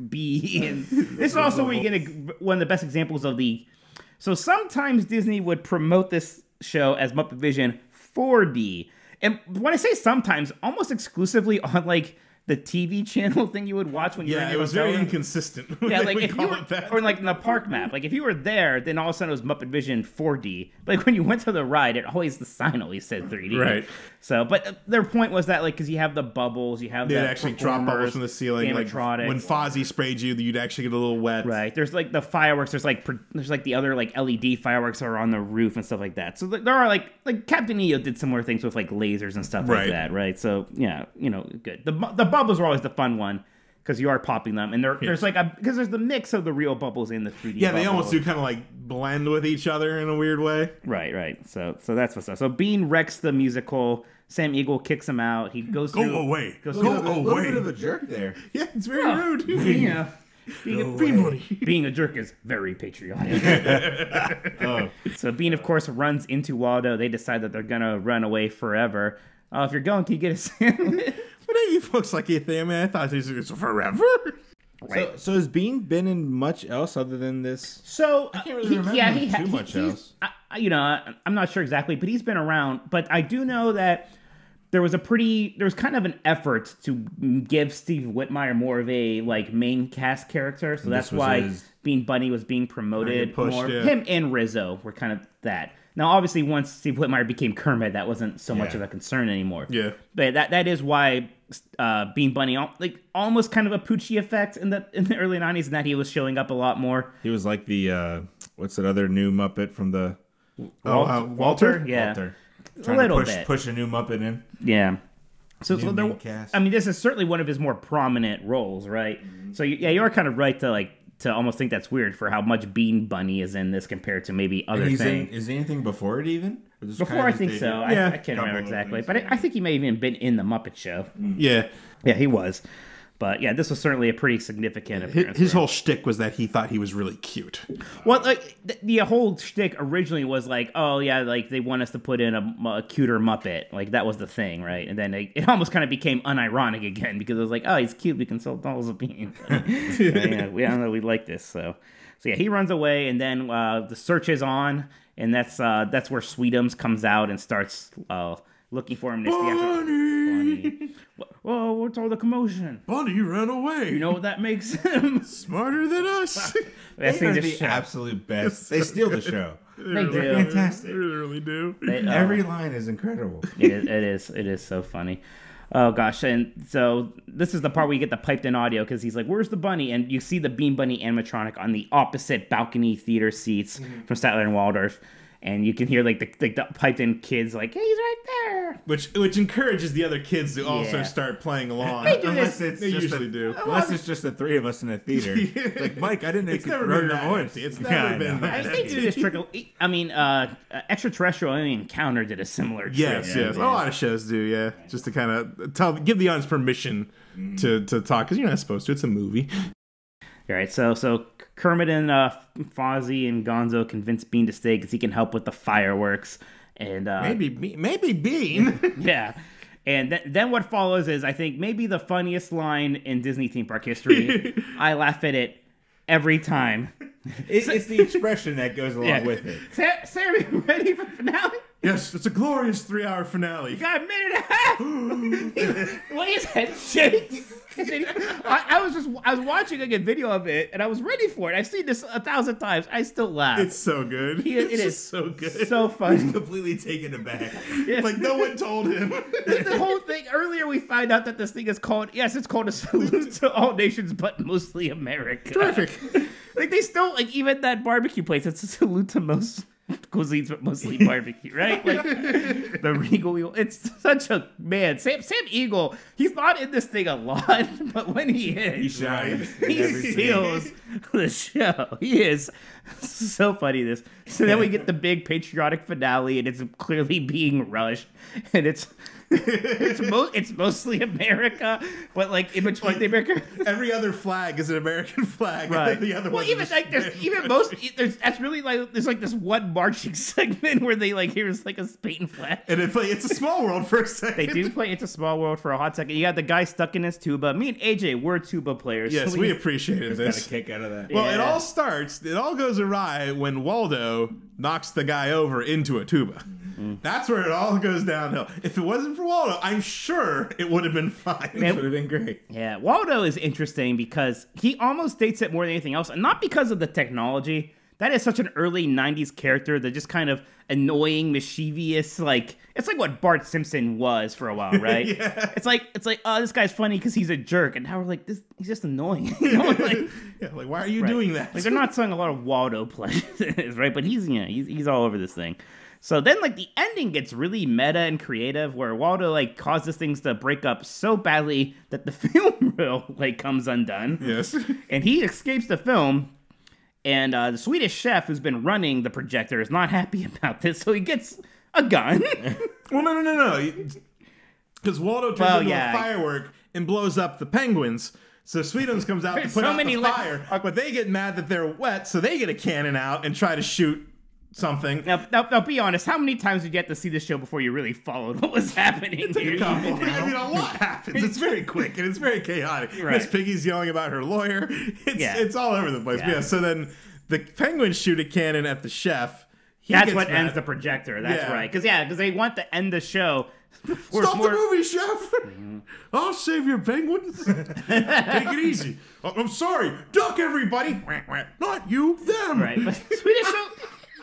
B. And this is also where you get a, one of the best examples of the. So sometimes Disney would promote this show as Muppet Vision 4D, and when I say sometimes, almost exclusively on like the TV channel thing you would watch when you were Yeah, in it was very Arizona. inconsistent. [LAUGHS] [LAUGHS] Yeah, They like would if you call were, it that. or like in the park map, like if you were there, then all of a sudden it was Muppet Vision 4D. But, Like when you went to the ride, it always the sign always said 3D. Right. So, but uh, their point was that like because you have the bubbles, you have They'd the actually drop performers, bubbles from the ceiling. Like animatronics. when Fozzie sprayed you, you'd actually get a little wet. Right. There's like the fireworks. There's like pr- there's like the other like LED fireworks are on the roof and stuff like that. So th- there are like like Captain EO did similar things with like lasers and stuff like Right. that. Right. So yeah, you know, good. The bu- the bubbles are always the fun one because you are popping them and there there's like a because there's the mix of the real bubbles and the 3D. Yeah, they almost bubbles. do kind of like blend with each other in a weird way. Right. Right. So so that's what's up. So Bean wrecks the musical. Sam Eagle kicks him out. He goes Go through- away. Goes oh, Go through- A little away. bit of a jerk there. Yeah, it's very Oh, [LAUGHS] Yeah. rude. Yeah. Being, a, [LAUGHS] being a jerk is very patriotic. [LAUGHS] So Bean, of course, runs into Waldo. They decide that they're gonna run away forever. Uh, if you're going, can you get a sandwich? What are you folks like Ethan? I mean, I thought these were forever. So, so has Bean been in much else other than this? [LAUGHS] So uh, can't really remember him too much he's- else. I, I- you know, I, I'm not sure exactly, but he's been around. But I do know that there was a pretty, there was kind of an effort to give Steve Whitmire more of a like main cast character. So that's was why his- Bean Bunny was being promoted pushed, more. yeah. Him and Rizzo were kind of that. Now, obviously, once Steve Whitmire became Kermit, that wasn't so much Yeah. of a concern anymore. Yeah. but that that is why. Uh, Bean Bunny, al- like almost kind of a Poochie effect in the in the early '90s, and that he was showing up a lot more. He was like the uh, what's that other new Muppet from the Oh, uh, Walter? Yeah. Walter. a Trying little to push, bit. push a new Muppet in. Yeah. So, so New there, main cast. Mm-hmm. I mean, this is certainly one of his more prominent roles, right? So you, yeah, you are kind of right to like to almost think that's weird for how much Bean Bunny is in this compared to maybe other He's in, things. is there anything before it even? Or just Before kinda I just think they- so. I, Yeah. I can't remember Couple of exactly, things, Mm-hmm. but I, I think he may have even been in the Muppet Show. Yeah. Yeah, he was. But yeah, this was certainly a pretty significant His, appearance. his for him. whole shtick was that he thought he was really cute. well, like the, the whole shtick originally was like, oh yeah, like they want us to put in a, mu- a cuter Muppet, like that was the thing, right? And then it, it almost kind of became unironic again because it was like, oh, he's cute, we can sell dolls of [LAUGHS] bean. yeah, we, I don't know, we like this. So, so yeah, he runs away, and then uh, the search is on, and that's uh, that's where Sweetums comes out and starts uh, looking for him. And it's the actual- Bonnie. Whoa! What's all the commotion? Bonnie ran away. You know what that makes [LAUGHS] him? smarter than us. [LAUGHS] That's They are the the show. absolute [LAUGHS] best. They steal the show. They do. Fantastic. really do. They, uh, Every line is incredible. it, is, it is it is so funny oh gosh and so this is the part where you get the piped in audio because he's like where's the bunny and you see the bean bunny animatronic on the opposite balcony theater seats Mm-hmm. from statler and waldorf and you can hear like the, like the piped in kids like hey, he's right there Which which encourages the other kids to also Yeah. start playing along. do Unless this- it's They just usually the, do. Unless it's just the three of [LAUGHS] us in a theater. like Mike, I didn't. It's know you never could been run that your voice. empty. It's Yeah, never I been know. that I mean, they do this trick. I mean, uh, extraterrestrial alien encounter did a similar trick. Yes, yes. Oh, A lot of shows do, yeah. Just to kind of tell, give the audience permission to to talk because you're not supposed to. It's a movie. All right, so so Kermit and uh, Fozzie and Gonzo convince Bean to stay because he can help with the fireworks. And uh, Maybe Be- maybe Bean. Yeah. And th- then what follows is, I think, maybe the funniest line in Disney theme [LAUGHS] park history. I laugh at it every time. [LAUGHS] It- it's the [LAUGHS] expression that goes along Yeah. with it. Sa- Sam, are you [LAUGHS] ready for finale? yes, it's a glorious three-hour finale. [LAUGHS] You got a minute and a half. what is that shakes? And then he- [LAUGHS] I, I was just I was watching like a video of it and I was ready for it. I've seen this a thousand times. I still laugh. It's so good. He- it it's is just so good. so funny. Completely taken [LAUGHS] aback. like no one told him. the whole thing earlier we find out that this thing is called yes it's called a salute to all nations but mostly america terrific [LAUGHS] like they still like even that barbecue place it's a salute to most cuisines but [LAUGHS] mostly barbecue right like the regal eagle it's such a man sam sam eagle he's not in this thing a lot [LAUGHS] but when he is He shines. in he every scene. steals [LAUGHS] the show. He is so funny. This. So then we get the big patriotic finale, and it's clearly being rushed, and it's it's mo- it's mostly America, but like in between the America. Every other flag is an American [LAUGHS] flag. Right. [LAUGHS] The other well, one's even just- [LAUGHS] like there's even most there's that's really like there's like this one marching [LAUGHS] segment where they like here's like a Spain flag. and it's like it's a small world for a second. [LAUGHS] They do play It's a Small World for a hot second. You got the guy stuck in his tuba. Me and AJ were tuba [LAUGHS] players. Yes, we appreciated Got a this. kick out of that. Well, it Yeah. all starts. It all goes awry when Waldo knocks the guy over into a tuba. Mm. That's where it all goes downhill. If it wasn't for Waldo, I'm sure it would have been fine. It would have been great. Yeah, Waldo is interesting because he almost dates it more than anything else, and not because of the technology. That is such an early '90s character, the just kind of annoying, mischievous. Like it's like what Bart Simpson was for a while, right? yeah. It's like it's like oh, this guy's funny because he's a jerk, and now we're like this, he's just annoying. [LAUGHS] You know, like, yeah, like why are you doing that? like they're not selling a lot of Waldo plays, [LAUGHS] right? But he's you know, he's he's all over this thing. So then like the ending gets really meta and creative where Waldo like causes things to break up so badly that the [LAUGHS] film reel like comes undone. [LAUGHS] yes. And he escapes the film and uh, the Swedish chef who's been running the projector is not [LAUGHS] happy about this, so he gets [LAUGHS] a gun. Well, no, no, no, no. Because Waldo turns Well, into yeah. a firework and blows up the penguins. So Sweetums comes out to There's put so out many the le- fire, but they get mad that they're wet, so they get a cannon out and try to shoot something. Now, now, now, be honest. How many times did you have to see the show before you really followed what was happening? Take a here? [LAUGHS] couple. I mean, a lot happens. It's very quick and it's very chaotic. Miss Right. Piggy's yelling about her lawyer. It's Yeah. it's all over the place. Yeah. Yeah. So then the penguins shoot a cannon at the chef. He That's gets what mad. ends the projector. That's Yeah. right. Because yeah, because they want to end the show. [LAUGHS] before Stop more- the movie, chef! [LAUGHS] I'll save your penguins. Take it easy. "Oh, I'm sorry. Duck everybody. [LAUGHS] Not you, them. [LAUGHS] Right, but Swedish show.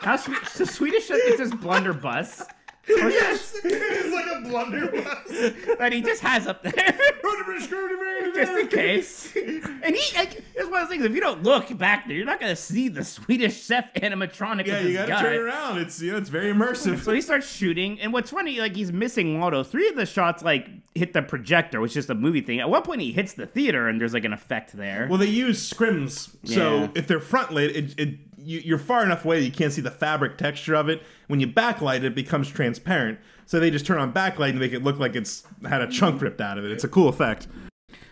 How sweet, so Swedish show gets this blunderbuss [LAUGHS] Yes, [LAUGHS] it is like a blunderbuss. [LAUGHS] that he just has up there. [LAUGHS] Just in case, and he like, it's one of those things. If you don't look back there, you're not gonna see the Swedish chef animatronic. Yeah, with you his gotta gut. turn around. It's you know, it's very immersive. So he starts shooting, and what's funny, like he's missing Waldo. Three of the shots like hit the projector, which is the movie thing. At one point, he hits the theater, and there's like an effect there. Well, they use scrims, so Yeah. if they're front lit, it, it you, you're far enough away that you can't see the fabric texture of it. When you backlight, it it becomes transparent. So they just turn on backlight and make it look like it's had a chunk ripped out of it. It's a cool effect.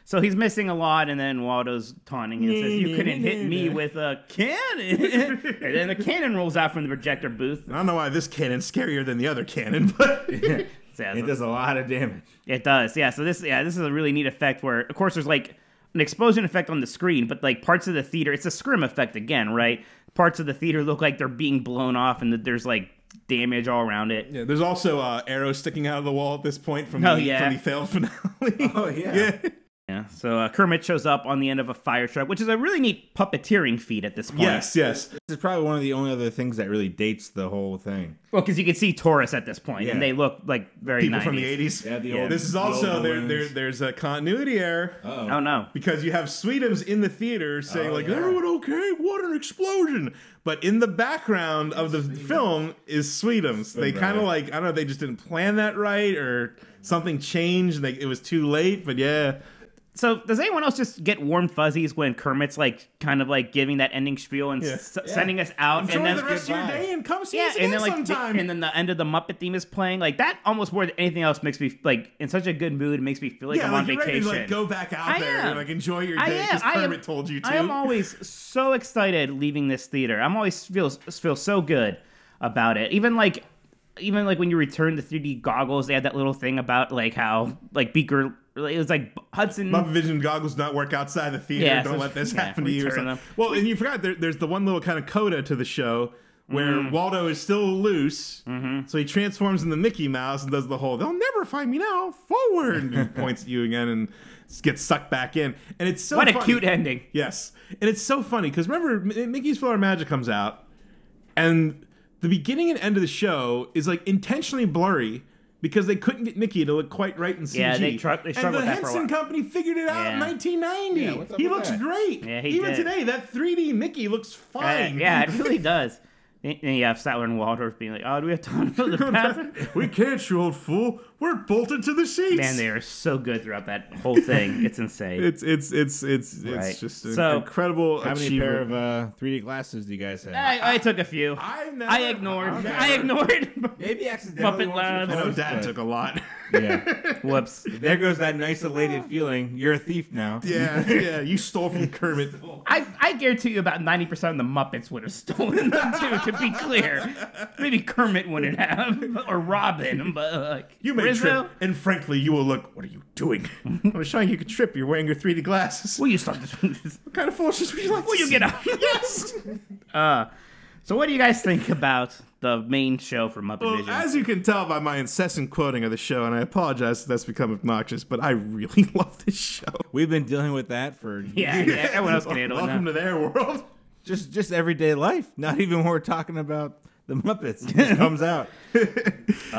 so he's missing a lot, and then Waldo's taunting him and says, "You couldn't hit me with a cannon." [LAUGHS] and then the cannon rolls out from the projector booth. I don't know why this cannon's scarier than the other cannon, [LAUGHS] [LAUGHS] but So- It does a lot of damage. It does, yeah. So this, yeah, this is a really neat effect where, of course, there's like an explosion effect on the screen, but like parts of the theater, it's a scrim effect again, right? Parts of the theater look like they're being blown off, and that there's like damage all around it. Yeah, there's also uh, arrows sticking out of the wall at this point from, Oh, the, yeah. from the failed finale. [LAUGHS] Oh, yeah. Yeah. So uh, Kermit shows up on the end of a fire truck, which is a really neat puppeteering feat at this point. Yes, yes. This is probably one of the only other things that really dates the whole thing. Well, because you can see Taurus at this point, and Yeah. they look like very People 90s. from the 80s. Yeah, the Yeah. old. This is the also old there, balloons. there. There's a continuity error. Oh no. because you have Sweetums in the theater saying Oh, like yeah. everyone okay what an explosion but in the background of the film is Sweetums they Right. kind of like I don't know they just didn't plan that right or something changed and they, it was too late but yeah So does anyone else just get warm fuzzies when Kermit's like kind of like giving that ending spiel and s- Yeah. sending us out, enjoy and then the rest of your goodbye. day and come see yeah, us again and then like the- sometime and then the end of the Muppet theme is playing. Like that almost more than anything else makes me like in such a good mood. It makes me feel like yeah I'm like on you're vacation. ready to like go back out I there am. and like enjoy your I day am. because I am. Kermit told you to [LAUGHS] I am always so excited leaving this theater. I'm always feels feel so good about it. Even like even like when you return the 3D goggles, they had that little thing about like how like Beaker it was like Hudson. Muppet Vision goggles not work outside the theater. Yeah, Don't so- let this yeah, happen to you. Or return something. them. Well, and you forgot there, there's the one little kind of coda to the show where Mm. Waldo is still loose, Mm-hmm. so he transforms into Mickey Mouse and does the whole "They'll never find me now" forward and he [LAUGHS] points at you again and gets sucked back in. And it's so what a funny. cute ending. Yes, and it's so funny because remember M- Mickey's Flower of Magic comes out, and the beginning and end of the show is like intentionally blurry because they couldn't get Mickey to look quite right in CG. Yeah, they tru- they and struggled the with that for a Henson while. Company figured it out in Yeah. 1990. Yeah, what's up he with looks that? great. Yeah, he even did. today that 3D Mickey looks Uh, fine. yeah, it [LAUGHS] really does. [LAUGHS] And and yeah, Statler and Waldorf being like, "Oh, do we have time for [LAUGHS] the bathroom?" we can't, you old fool. We're bolted to the sheets. Man, they are so good throughout that whole thing. [LAUGHS] It's insane. It's it's it's it's Right. it's just an So- incredible How many achievement. pair of uh, 3D glasses do you guys have? I, I took a few. I, I, never, ignored. I've I never- ignored. [LAUGHS] Maybe accidentally. Muppet once Labs. or I know twice, Dad but- took a lot. [LAUGHS] Yeah. Whoops. there goes that nice elated feeling. You're a thief now. Yeah, yeah, you stole from [LAUGHS] Kermit. I, I guarantee you about 90% of the Muppets would have stolen them too, to be clear. Maybe Kermit wouldn't have, [LAUGHS] or Robin, but like, You may Rizzo? trip, and frankly, you will look. What are you doing? [LAUGHS] I was showing you could trip. You're wearing your 3D glasses. Will you stop this? Will What kind of foolishness would you like? to you see? get out? [LAUGHS] Yes. Uh, [LAUGHS] so what do you guys think about the main show for Muppet Well, Vision? as you can tell by my incessant quoting of the show, and I apologize if that's become obnoxious, but I really [LAUGHS] love this show. We've been dealing with that [LAUGHS] for yeah, yeah, everyone else can handle it Welcome now. to their world. just just everyday life. Not [LAUGHS] even when we're talking about the Muppets. It [LAUGHS] just comes out.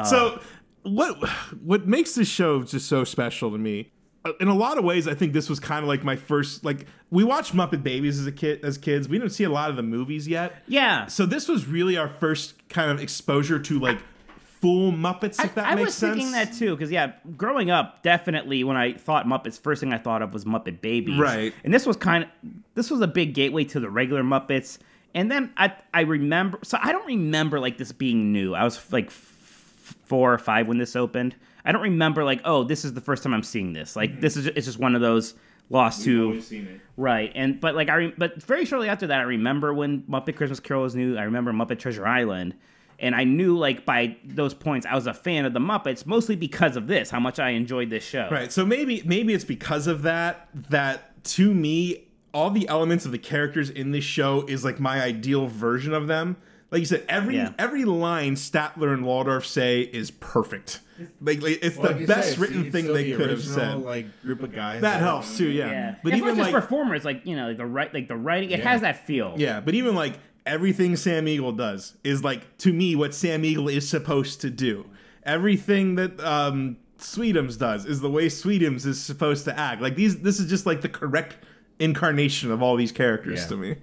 so what what makes this show just so special to me uh, in a lot of ways i think this was kind of like my first like we watched muppet babies as a kid as kids we didn't see a lot of the movies yet Yeah. so this was really our first kind of exposure to like full muppets if that I makes was sense thinking that too, because yeah, growing up, definitely when I thought Muppets, first thing I thought of was Muppet Babies, Right. And this was kind of this was a big gateway to the regular Muppets. And then I I remember, so I don't remember like this being new. I was like f- four or Mm-hmm. five when this opened. I don't remember like oh this is the first time I'm seeing this. Like this is it's just one of those lost to Always seen it. right. And but like I re- but very shortly after that, I remember when Muppet Christmas Carol was new. I remember Muppet Treasure Island, and I knew like by those points I was a fan of the Muppets mostly because of this, how much I enjoyed this show. Right. So maybe maybe it's because of that that to me all the elements of the characters in this show is like my ideal version of them. Like you said, every Yeah. every line Statler and Waldorf say is perfect. Like, like, it's Well, like the you best said, it's- written it's thing still they the could have original, said. Like group of guys. that helps too, yeah. Yeah. But it's even not just like performers, like you know, like the right, like the writing. It Yeah. has that feel. yeah, but even like everything Sam Eagle does is like to me what Sam Eagle is supposed to do. Everything that um Sweetums does is the way Sweetums is supposed to act. Like these this is just like the correct incarnation of all these characters Yeah. to me.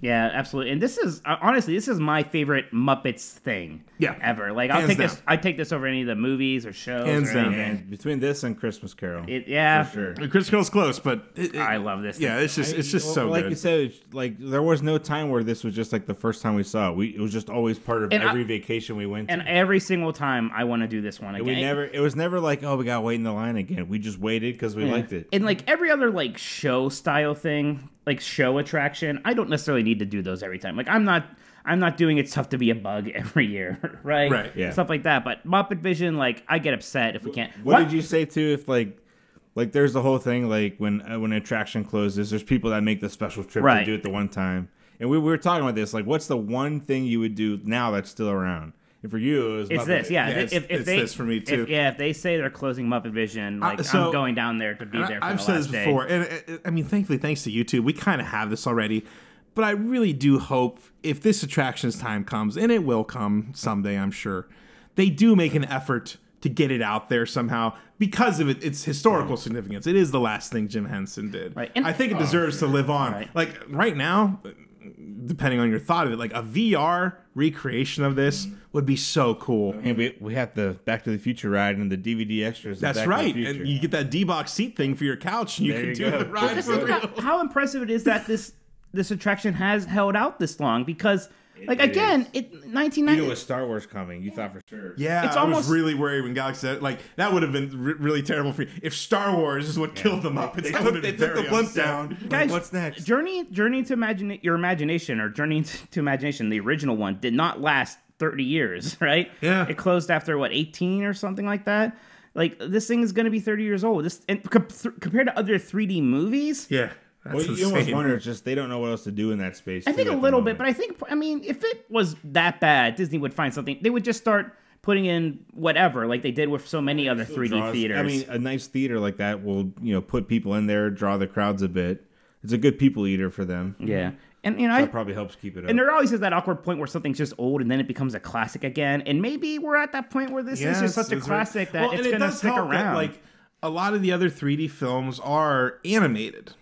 Yeah, absolutely. And this is uh, honestly, this is my favorite Muppets thing. Yeah. ever. Like I'll Hands take down. this. I take this over any of the movies or shows. Hands or down. anything. And between this and Christmas Carol, It, yeah, for sure. Chris Girl's close, but it- it- I love this. yeah, thing. it's just it's just Well, so like good. you said, it's- like there was no time where this was just like the first time we saw it. We it was just always part of And I- every vacation we went to. and every single time I want to do this one again. And we never it was never like, oh, we got to wait in the line again. We just waited cuz we liked it. And like every other like show style thing, like show attraction, I don't necessarily need to do those every time. Like I'm not I'm not doing it's tough to be a bug [LAUGHS] every year, right? Right, yeah. Stuff like that. But Muppet Vision, like I get upset if we can't. What, did you say too? If like, like there's the whole thing like when uh, when an attraction closes, there's people that make the special trip Right. to do it the one time. And we, we were talking about this. Like, what's the one thing you would do now that's still around? And for you, it was It's Muppet. this, yeah. Yeah, if, it's- if, if it's they, this for me, if- too. Uh, yeah, if they say they're closing Muppet Vision, like so- I'm going down there to be And I- there. For I've the said last this day. before, and uh, uh, I mean, thankfully, thanks to YouTube, we kind of have this already. But I really do hope if this attraction's time comes, and it will come someday, I'm sure, they do make an effort to get it out there somehow because of it, its historical significance. It is the last thing Jim Henson did. Right, and- oh, I think it deserves to live on. Right. Like right now, depending on your thought of it, like a VR recreation of this would be so cool. And we, we had the Back to the Future ride and the DVD extras. of That's Back to the right. Future. And you get that D box seat thing for your couch and you There can you do go. the ride Just for think real. [LAUGHS] about how impressive it is that this this attraction has held out this long because, like, again, is. it you knew 1990. with Star Wars coming, you thought for sure. Yeah, It's I almost- was really worried when Galaxy said, like that would have been re- really terrible for you. If Star Wars is what killed them up, it's They took, they took the blimp down. Like, Guys, what's next? Journey Journey to Imagine Your Imagination or Journey [LAUGHS] to to Imagination, the original one, did not last 30 years, [LAUGHS] right? Yeah. It closed after what 18 or something like that. Like this thing is going to be 30 years old. This and com- th- compared to other 3D movies, Yeah, that's Well, you almost wonder. It's just they don't know what else to do in that space. I think a little bit, but I think I mean if it was that bad, Disney would find something. They would just start putting in whatever, like they did with so many other 3D theaters. I mean, a nice theater like that will you know put people in there, draw the crowds a bit. It's a good people eater for them. yeah, and you know, I, That probably helps keep it up. and there always is that awkward point where something's just old and then it becomes a classic again. And maybe we're at that point where this is just such a classic that it's going to stick around. like a lot of the other 3D films are animated,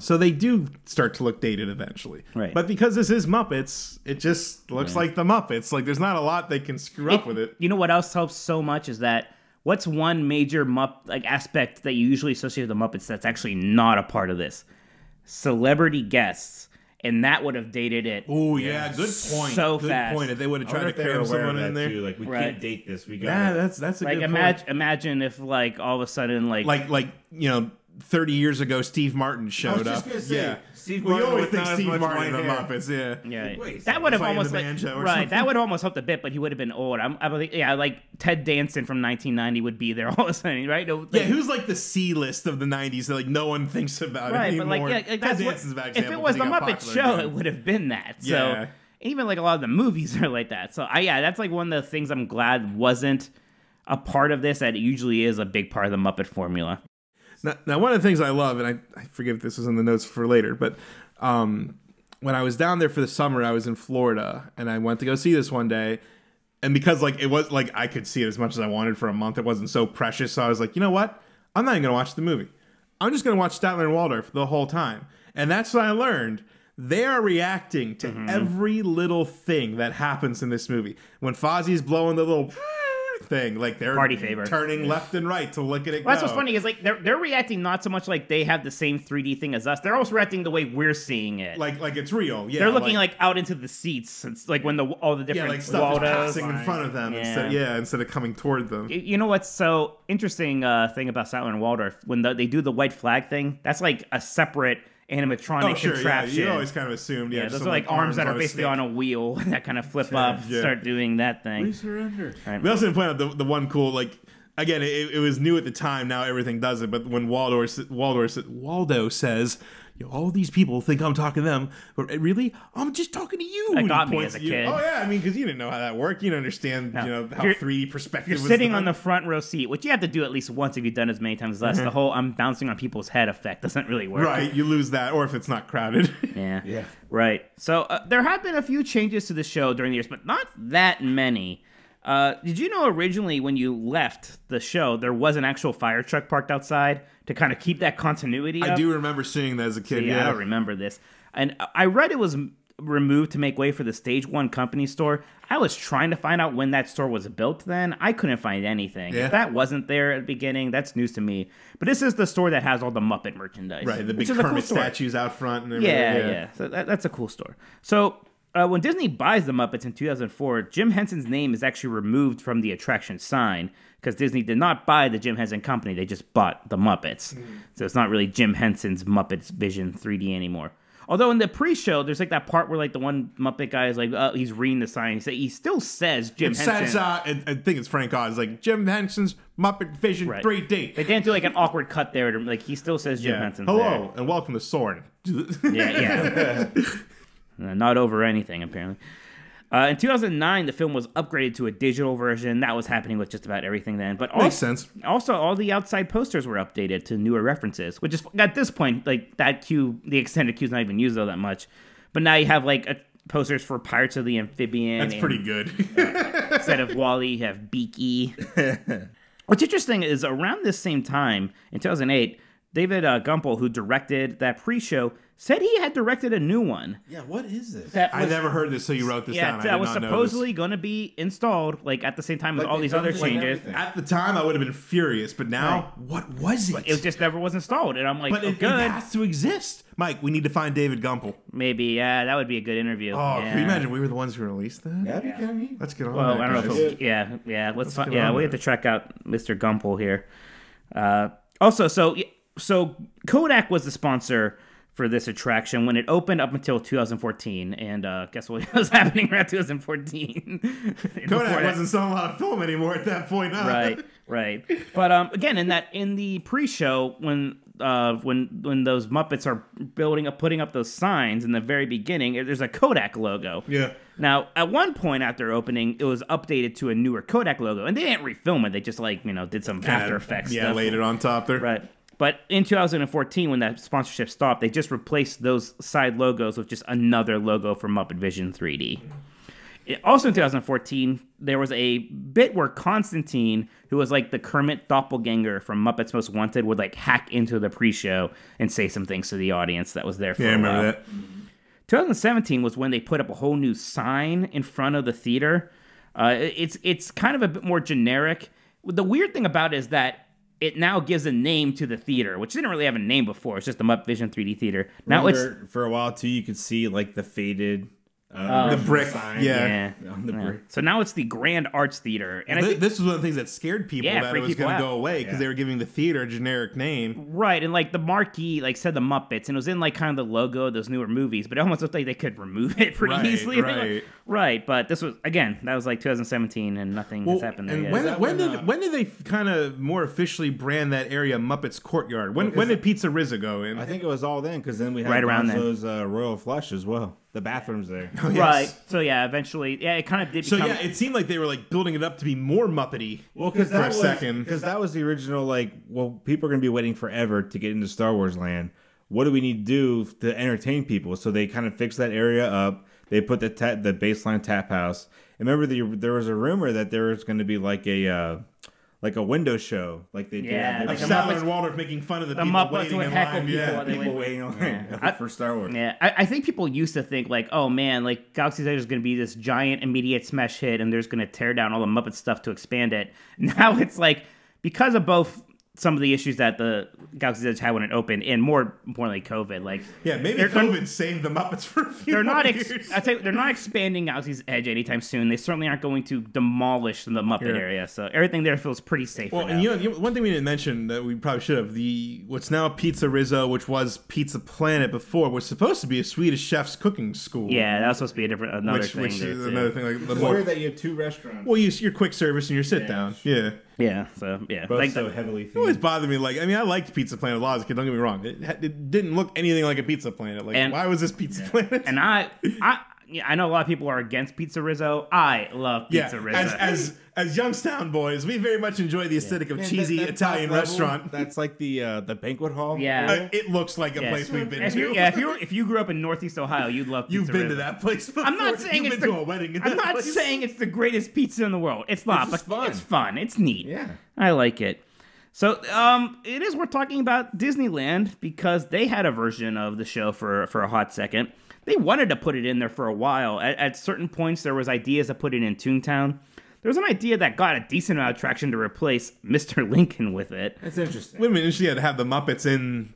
so they do start to look dated eventually. Right. But because this is Muppets, it just looks like the Muppets. Like there's not a lot they can screw up with it. You know what else helps so much is that what's one major Mupp like aspect that you usually associate with the Muppets that's actually not a part of this? Celebrity guests. And that would have dated it. Oh yeah, good point. So good fast. point. If they would have I wonder tried to if they're cram aware of someone that in there. Too. Like we Right. can't date this. We got Yeah, that's that's a Like good point. imagine, imagine if like all of a sudden like, like like you know 30 years ago steve martin showed just up gonna say, yeah Steve we Martin always with think not as steve much martin in the white hair. muppets yeah yeah, Wait, that would have playing almost the like banjo or right. something. That would almost helped a bit, but he would have been old. I'm, I'm like yeah, like Ted Danson from 1990 would be there [LAUGHS] all of a sudden, right? No, yeah like- who's like the c list of the 90s that like no one thinks about right? But anymore like yeah, like Ted that's what, Danson's a bad if it example was 'cause the he got Muppet popular Show, then. it would have been that. Yeah. So even like a lot of the movies [LAUGHS] are like that. So I yeah, that's like one of the things I'm glad wasn't a part of this. That it usually is a big part of the Muppet formula. Now, now, one of the things I love, and I, I forgive if this was in the notes for later, but um, when I was down there for the summer, I was in Florida, and I went to go see this one day. And because like it was like I could see it as much as I wanted for a month, it wasn't so precious. So I was like, you know what? I'm not even gonna watch the movie. I'm just gonna watch Statler and Waldorf the whole time. And that's what I learned. They are reacting Mm-hmm. to every little [LAUGHS] thing that happens in this movie. When Fozzie's blowing the little thing. Like they're Party favor. turning left and right to look at it. Well, that's go. what's funny is like they're they're reacting not so much like they have the same 3D thing as us. They're also reacting the way we're seeing it. Like like it's real. Yeah, they're looking like, out into the seats. It's like when the all the yeah, different like stuff is Waldos- passing in front of them. Yeah. Instead, yeah, instead of coming toward them. You know what's so interesting uh, thing about Silent and Waldorf when the, they do the white flag thing? That's like a separate animatronic Oh sure, yeah. contraption. You always kind of assumed. Yeah, Yeah, just those are some, like arms that are a basically stick. on a wheel [LAUGHS] that kind of flip up, Yeah. start doing that thing. surrender. We also didn't point out the, the one cool like again it, it was new at the time. Now everything does it. But when Waldo Waldo Waldo says, "You know, "All these people think I'm talking to them, but really I'm just talking to you." That and he got me points as at a you. kid. Oh yeah, I mean because you didn't know how that worked. You didn't understand you know how You're- 3D perspective. You're was sitting done. on the front row seat, which you have to do at least once if you've done as many times as us. The whole I'm bouncing on people's head effect doesn't really [LAUGHS] work. Mm-hmm. right. You lose that, or if it's not crowded. Yeah. Yeah. Right. So uh, there have been a few changes to the show during the years, but not that many. Uh, did you know originally when you left the show there was an actual fire truck parked outside to kind of keep that continuity? [LAUGHS] I up? do remember seeing that as a kid. Yeah, I yeah. don't remember this. And I- I read it was m- removed to make way for the Stage One Company store. I was trying to find out when that store was built. Then I couldn't find anything. Yeah. If that wasn't there at the beginning, that's news to me. But this is the store that has all the Muppet merchandise, Right, the which big is a cool Kermit store. statues out front. And everything, Yeah, yeah. So that, that's a cool store. So uh, when Disney buys the Muppets in 2004, Jim Henson's name is actually removed from the attraction sign because Disney did not buy the Jim Henson Company; they just bought the Muppets. Hmm. So it's not really Jim Henson's Muppets Vision 3D anymore. Although in the pre-show, there's like that part where like the one Muppet guy is like, uh, he's reading the sign. He, say, he still says Jim It Henson. says, uh, I I think it's Frank Oz, like Jim Henson's Muppet Vision Right. 3D. They didn't do like an awkward cut there. to- Like he still says Jim Yeah. Henson. Hello and welcome to Soren. [LAUGHS] yeah, yeah. [LAUGHS] Uh, Not over anything, apparently. Uh, in 2009, the film was upgraded to a digital version. That was happening with just about everything then. But also, sense. Also, all the outside posters were updated to newer references, which is at this point like that cue, the extended cue's not even used though that much. But now you have like a, posters for Pirates of the Amphibian. That's and- pretty good. [LAUGHS] instead of Wally, you have Beaky. What's interesting is around this same time, in 2008, David uh, Gumpel, who directed that pre-show, said he had directed a new one. Yeah, what is this? That I never heard this, so you wrote this yeah, down. I that did was not know supposedly going to be installed like at the same time as all they these done other this with changes. this. everything. At the time, I would have been furious, but now, what was it? It just never was installed, and I'm like, but oh, it, it good, has to exist. Mike, we need to find David Gumpel. maybe, yeah, that would be a good interview. Oh, yeah. can you imagine? We were the ones who released that? That'd be kinda neat. Let's get on Well, that. I don't know guys. if it'll- yeah, yeah. Let's, fi- get yeah, on we it. have to track out Mr. Gumpel here. Uh, also, so so Kodak was the sponsor for this attraction when it opened up until 2014, and uh, guess what [LAUGHS] was happening around [LAUGHS] 2014? Kodak wasn't selling a lot of film anymore at that point. huh? right, right. But um, again, in that in the pre-show when uh when when those Muppets are building up putting up those signs in the very beginning, there's a Kodak logo. [LAUGHS] Yeah. Now, at one point after opening, it was updated to a newer Kodak logo, and they didn't refilm it. They just like you know did some After Effects. Yeah, stuff. laid it on top there. Right. But in 2014, when that sponsorship stopped, they just replaced those side logos with just another logo for Muppet Vision 3D. It- also in 2014, there was a bit where Constantine, who was like the Kermit doppelganger from Muppets Most Wanted, would like hack into the pre-show and say some things to the audience that was there for Yeah, I a remember while. that. 2017 was when they put up a whole new sign in front of the theater. Uh, it's it's kind of a bit more generic. The weird thing about it is that it now gives a name to the theater, which didn't really have a name before. It's just the Mupp Vision 3D Theater. Now it's Remember, for a while too, you could see like the faded uh, The Oh. brick. Yeah. yeah. on the Yeah. brick. So now it's the Grand Arts Theater, and I Th- think this was one of the things that scared people Yeah, that it freaked was people going to out. go away because Yeah. they were giving the theater a generic name. right, and like the marquee, like said the Muppets, and it was in like kind of the logo of those newer movies, but it almost looked like they could remove it [LAUGHS] pretty Right, easily. right. right. But this was again, that was like 2017, and nothing has happened there and yet. when, that when when, did uh, when did they kind of more officially brand that area Muppets Courtyard? When 'cause when did Pizza Rizza go in? I think it was all then because then we had Right around then. those uh, royal flush as well. The bathrooms there. Right. So yeah, eventually, yeah, it kind of did. So become, yeah, it seemed like they were like building it up to be more Muppety. Well, because for a second, because that was the original. Like, well, people are gonna be waiting forever to get into Star Wars land. What do we need to do to entertain people? So they kind of fixed that area up. They put the ta- the baseline tap house. And remember, the, there was a rumor that there was going to be like a uh, like a window show, like they Yeah, do. Like like a a [LAUGHS] Sadler Muppets- and Waldorf making fun of the, The people Muppets waiting would in heckle line. people yeah. while they people went. waiting in line I- for Star Wars. Yeah, I, I think people used to think like, oh man, like Galaxy's Edge is going to be this giant immediate smash hit, and they're just going to tear down all the Muppet stuff to expand it. [LAUGHS] Now it's like because of both some of the issues that the Galaxy's Edge had when it opened, and more importantly, COVID. Like, Yeah, maybe They're COVID gonna- saved the Muppets for a few [LAUGHS] they're more not. years. Ex- I you, they're not expanding Galaxy's Edge anytime soon. They certainly aren't going to demolish the Muppet Yeah. area. So everything there feels pretty safe. Well, for and now. you know, you one thing we didn't mention that we probably should have the what's now Pizza Rizzo, which was Pizza Planet before, was supposed to be a Swedish chef's cooking school. yeah, that was supposed to be a different another which, thing. which there, is too. another thing. Like the It's more, weird that you have two restaurants. well, you, your quick service and your sit down. Yeah, Yeah. So yeah, both like so the- heavily it always themed. bothered me. Like, I mean, I liked Pizza Planet a lot as a kid. Don't get me wrong; it, ha- it didn't look anything like a Pizza Planet. Like, And- why was this Pizza Planet? And I, I, yeah, I know a lot of people are against Pizza Rizzo. I love yeah, Pizza Rizzo. as, as as Youngstown boys, we very much enjoy the aesthetic of Man, that- cheesy that top Italian level, restaurant. That's like the uh, the banquet hall. yeah. Uh, it looks like a Yeah. place we've been if to. you, yeah, if you if you grew up in Northeast Ohio, you'd love. You've Pizza been to Rizzo. that place before. I'm not saying You've it's been the, to a wedding. [LAUGHS] in I'm that not place. saying it's the greatest pizza in the world. It's not, It's but just fun. it's fun. It's neat. Yeah. I like it. So, um, it is worth talking about Disneyland because they had a version of the show for for a hot second. They wanted to put it in there for a while. At, at certain points, there was ideas to put it in Toontown. There was an idea that got a decent amount of traction to replace Mr. [LAUGHS] Lincoln with it. That's interesting. Women interesting yeah, to have the Muppets in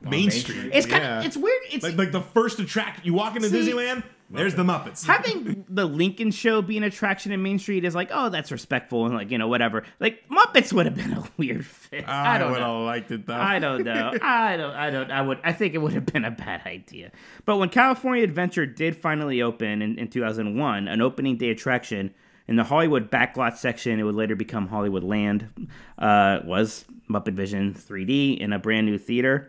Main Main Street. Street. It's kind of Yeah. it's weird. It's like, like the first attraction. You walk into See- Disneyland, there's the Muppets. having the Lincoln show be an attraction in Main Street is like, oh, that's respectful and like you know whatever. Like Muppets would have been a [LAUGHS] weird fit. I, don't would know. have liked it though. I [LAUGHS] don't know. I don't. I don't. I would. I think it would have been a bad idea. But when California Adventure did finally open in, in 2001, an opening day attraction in the Hollywood backlot section, it would later become Hollywood Land, uh, was Muppet Vision 3D in a brand new theater.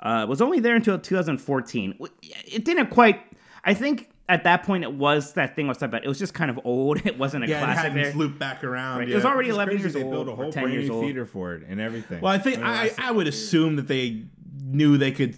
Uh, it was only there until 2014. It didn't quite. I think at that point it was that thing I was talking about. It was just kind of old. [LAUGHS] It wasn't a yeah, it classic. hadn't there. looped back around. Right. It yet. was already It's 11 crazy years they old. built a or whole 10 brand years new old. theater for it and everything. Well, I think I, I would assume that they knew they could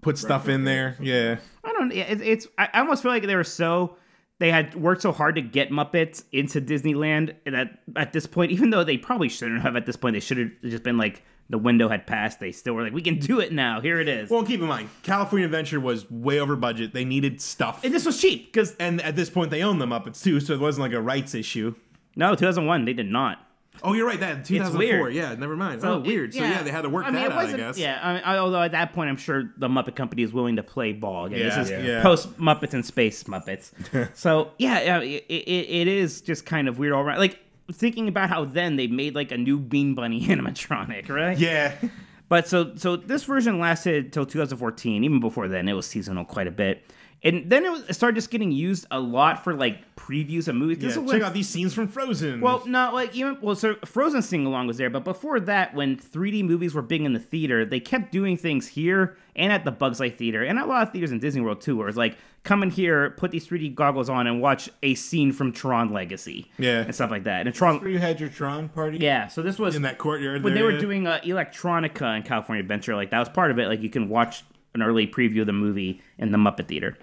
put stuff in there. Yeah, I don't. yeah, It, it's. I I almost feel like they were so. They had worked so hard to get Muppets into Disneyland, and at at this point, even though they probably shouldn't have at this point, they should have just been like the window had passed. They still were like, we can do it now. Here it is. Well, keep in mind, California Adventure was way over budget. They needed stuff, and this was cheap because and at this point, they owned the Muppets too, so it wasn't like a rights issue. no, 2001 they did not. Oh, you're right. That 2004. weird. Yeah, never mind. So oh, it- weird. so yeah, they had to work I mean, that it out. I wasn't- guess. Yeah, I mean, I- although at that point, I'm sure the Muppet Company is willing to play ball. Again, Yeah, this is yeah. post Muppets and Space [LAUGHS] Muppets. so yeah, yeah, it, it, it is just kind of weird all around. Like thinking about how then they made like a new Bean Bunny [LAUGHS] animatronic, right? Yeah. But so so this version lasted till 2014. Even before then, it was seasonal quite a bit. And then it, was, it started just getting used a lot for like previews of movies. yeah. This is Check when- out these scenes from Frozen. well, no, like even well, so Frozen sing along was there, but before that, when 3D movies were big in the theater, they kept doing things here and at the Bugs Life Theater and at a lot of theaters in Disney World too, where it's like come in here, put these 3D goggles on, and watch a scene from Tron Legacy, Yeah. and stuff like that. And Tron, you had your Tron party. yeah. So this was in that courtyard when they there, were yeah. doing uh, electronica in California Adventure, like that was part of it. Like you can watch an early preview of the movie in the Muppet Theater,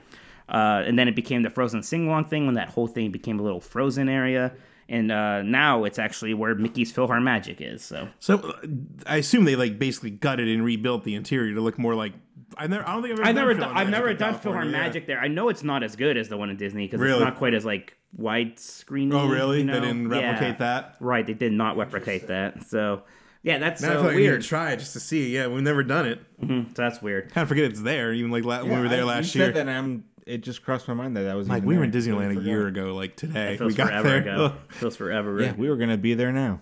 uh, and then it became the Frozen sing along thing when that whole thing became a little Frozen area, and uh, now it's actually where Mickey's Philhar Magic is. So So uh, I assume they like basically gutted and rebuilt the interior to look more like. I never. I don't think I've ever. I've never, done. done, Philhar I've Magic never in done Philhar California, yeah. Magic there. I know it's not as good as the one in Disney because Really? it's not quite as like widescreen. Oh, really? You know? They didn't Yeah. replicate that. Right, they did not replicate that. So. Yeah, that's Man, I so feel like we need weird. to try it just to see. Yeah, we've never done it. So that's weird. Kind of forget it's there. Even like la- when we were there I- last you year. Said that and i it just crossed my mind that that was like even we were in there. Disneyland a Totally year forgot. ago, like today. Feels We got forever there. [LAUGHS] ago. Feels forever. Yeah, we were gonna be there now.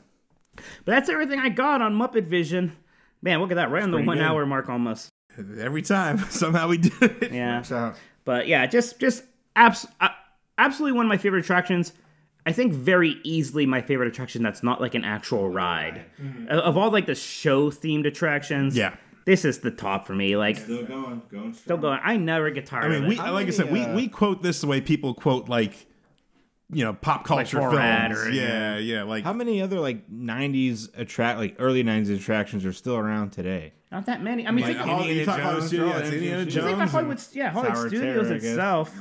But that's everything I got on Muppet Vision. Man, look at that, right on the pretty one good. hour mark almost. Every time, [LAUGHS] somehow we do it. Yeah. So But yeah, just just abs- uh, absolutely one of my favorite attractions. I think very easily my favorite attraction that's not like an actual ride. Of- Of all like the show themed attractions, Mm-hmm. Yeah. this is the top for me. Like still going, going. still going, I never get tired I mean, of we it. like I said, we, maybe, uh, we quote this the way people quote like, you know, pop culture Borat films. or- yeah, yeah, like How many other like '90s attract, like early '90s attractions are still around today? not that many. I mean, Like, think, Hollywood- you Indiana talk Hollywood Jones, Studios, all that Indiana shit. think about Jones Hollywood, yeah, Hollywood Sour Studios Terror, I guess. itself.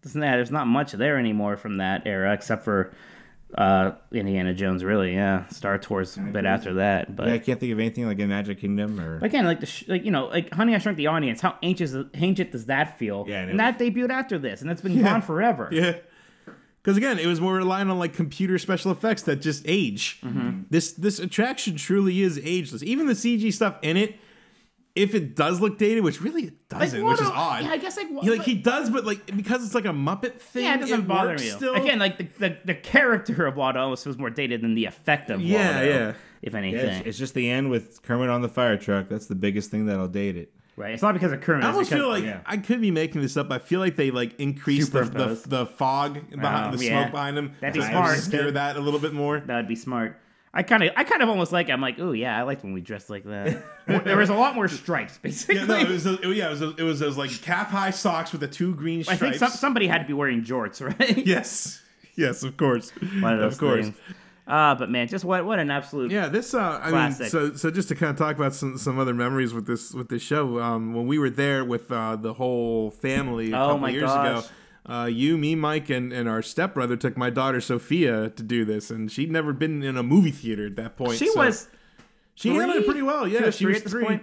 Doesn't that? There's not much there anymore from that era except for uh, Indiana Jones, really. Yeah, Star Tours a bit after that, but. Yeah, I can't think of anything like in Magic Kingdom or. But Again, like the sh- like you know, like Honey I Shrunk the Audience. How ancient ancient does that feel? Yeah, I know. and that debuted after this, and that's been gone forever. Yeah. Because again, it was more relying on like computer special effects that just age. Mm-hmm. This this attraction truly is ageless. Even the CG stuff in it, if it does look dated, which really it doesn't, what which is do- odd. Yeah, I guess like what, He, like he does, but like because it's like a Muppet thing, yeah, it doesn't bother me. works Still, Again, like the, the, the character of Waldo almost was more dated than the effect of Yeah, Waldo, yeah. if Yeah, anything, it's, it's just the end with Kermit on the fire truck. That's the biggest thing that'll date it. right? It's not because of Kermit. I it's almost because- feel like yeah. I could be making this up. I feel like they like increased the, the, Superimposed. the fog behind Oh, the yeah. smoke behind him. That'd be to smart. Scare that a little bit [LAUGHS] more. That would be smart. I kind of, I kind of almost like. it. I'm like, oh yeah, I liked when we dressed like [LAUGHS] that. there was a lot more stripes, basically. Yeah, no, it was those, yeah, it was those, it was those like calf high socks with the two green I stripes. think some, somebody had to be wearing jorts, [LAUGHS] right? yes, yes, of course, One of those of course. things. Uh, but man, just what what an absolute Yeah, this. Uh, I Classic. mean, so so just to kind of talk about some some other memories with this with this show. Um, when we were there with uh, the whole family a Oh couple my years gosh. ago. Uh, you, me, Mike, and, and our stepbrother took my daughter Sophia to do this, and she'd never been in a movie theater at that point. She so- was she handled it three? pretty well. Yeah, she was, three, was three at this point?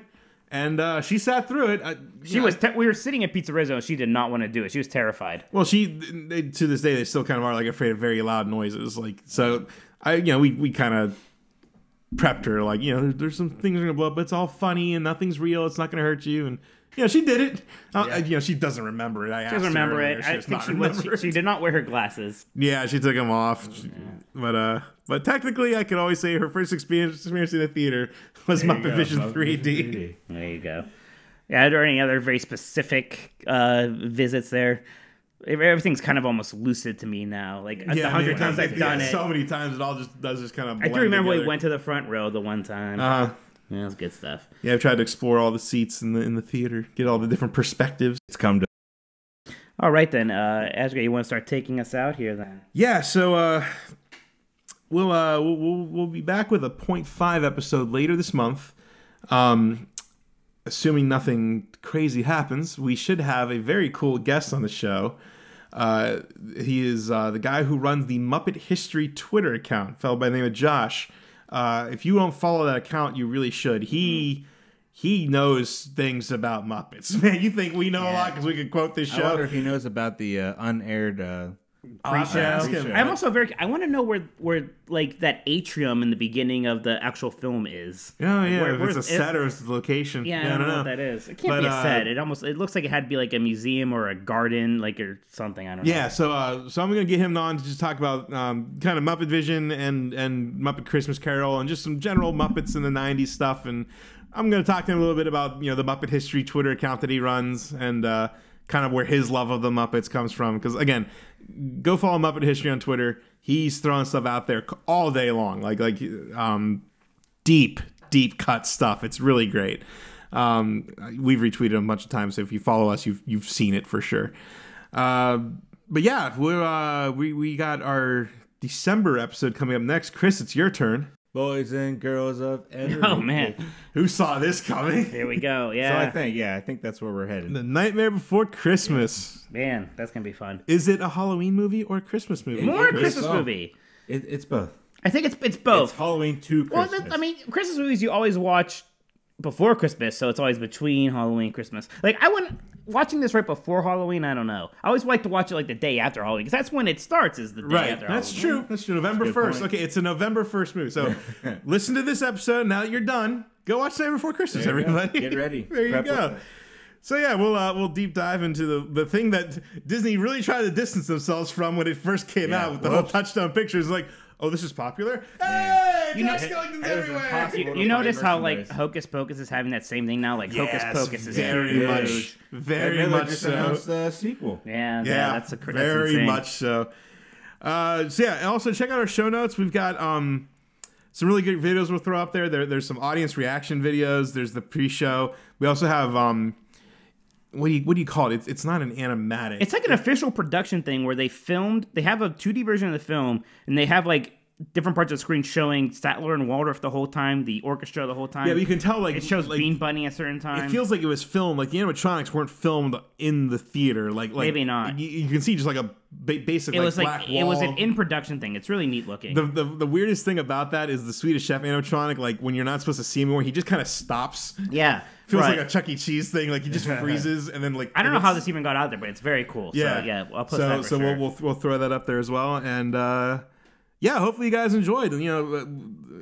and uh, she sat through it. I, She was. Te- we were sitting at Pizza Rizzo, and she did not want to do it. She was terrified. Well, she they, to this day they still kind of are like afraid of very loud noises. Like so, I you know we we kind of prepped her like you know there- there's some things that are gonna blow up, but it's all funny and nothing's real. It's not gonna hurt you and. You know, she did it. Uh, You know, she doesn't remember it. I She doesn't remember it. I think she, was, she, she did not wear her glasses. Yeah, she took them off. She- But uh, but technically, I could always say her first experience, experience in the theater was Muppet Vision 3D. There you go. Yeah, are there any other very specific uh, visits there? Everything's kind of almost lucid to me now. Like the Yeah, man, hundred times I- I've yeah, done it, So many times it all just does just kind of. I do remember we went to the front row the one time. Uh, yeah, that's good stuff. yeah, I've tried to explore all the seats in the in the theater, get all the different perspectives. It's come to. All right then, uh, Asger, you want to start taking us out here then? Yeah, so uh, we'll, uh, we'll we'll we'll be back with a point five episode later this month. Um, assuming nothing crazy happens, we should have a very cool guest on the show. Uh, he is uh, the guy who runs the Muppet History Twitter account, fellow by the name of Josh. Uh, if you don't follow that account, you really should. He he knows things about Muppets. [LAUGHS] Man, you think we know a lot because we could quote this I show? wonder if he knows about the uh, unaired. Uh, Pre-show. ask him. I'm also very. I want to know where where like that atrium in the beginning of the actual film is. Oh yeah, Where- if where's- it's a set or it's the location. Yeah, I don't, know, what that is. It can't But, be a uh, set. It almost it looks like it had to be like a museum or a garden, like or something. I don't know. Yeah, so uh, so I'm gonna get him on to just talk about um, kind of Muppet Vision and and Muppet Christmas Carol and just some general Muppets in the '90s stuff. And I'm gonna talk to him a little bit about you know the Muppet History Twitter account that he runs and uh, kind of where his love of the Muppets comes from. Because again, go follow Muppet History on Twitter. He's throwing stuff out there c- all day long, like like um, deep, deep cut stuff. It's really great. Um, we've retweeted him a bunch of times, so if you follow us, you've you've seen it for sure. Uh, but yeah, we're, uh, we we got our December episode coming up next. Chris, it's your turn. Boys and girls of every. Oh man, Who saw this coming? here we go. So I Yeah, think, yeah, I think that's where we're headed. The Nightmare Before Christmas. man, that's gonna be fun. Is it a Halloween movie or a Christmas movie? More Chris? Christmas so. movie. It, it's both. I think it's it's It's both. Halloween to well, Christmas. that, I mean, Christmas movies you always watch before Christmas, so it's always between Halloween and Christmas. Like I wouldn't watching this right before Halloween. I don't know. I always like to watch it like the day after Halloween because that's when it starts. Is the day Right, after that's Halloween. true. That's true. November first. point. Okay, it's a November first movie. [LAUGHS] So, listen to this episode. Now that you're done, go watch Nightmare Before Christmas, There you go. everybody. Get ready. [LAUGHS] there you Prep go. up. So yeah, we'll uh, we'll deep dive into the the thing that Disney really tried to distance themselves from when it first came Yeah, out with the whoops. whole Touchdown Pictures. Like, oh, this is popular. Hey, You know- Jack Skellington's It was everywhere. impossible to You find notice how like merchandise. Hocus Pocus is having that same thing now. Like Yes, Hocus Pocus is very huge. much, very Miller much just so. announced a sequel. Yeah, yeah, Yeah, that's a cr- that's very insane. much so. Uh, so yeah, and also check out our show notes. We've got um, some really good videos we'll throw up there. there. There's some audience reaction videos. There's the pre-show. We also have um, what do you what do you call it? It's, it's not an animatic. It's like an official production thing where they filmed. They have a 2D version of the film, and they have like different parts of the screen showing Statler and Waldorf the whole time, the orchestra the whole time. Yeah, but you can tell like it shows like, Bean Bunny at certain time. It feels like it was filmed. Like the animatronics weren't filmed in the theater. Like, like Maybe not. You, you can see just like a ba- basic. it like, was like black it was wall. an in production thing. It's really neat looking. the, the the weirdest thing about that is the Swedish Chef animatronic. Like when you're not supposed to see him anymore, he just kind of stops. yeah, Feels right. like a Chuck E. Cheese thing. Like he [LAUGHS] just freezes and then like I don't know how pivots. this even got out there, but it's very cool. Yeah, so, yeah. I'll post so that for so sure. we'll, we'll we'll throw that up there as well. And uh, yeah, hopefully you guys enjoyed. And you know,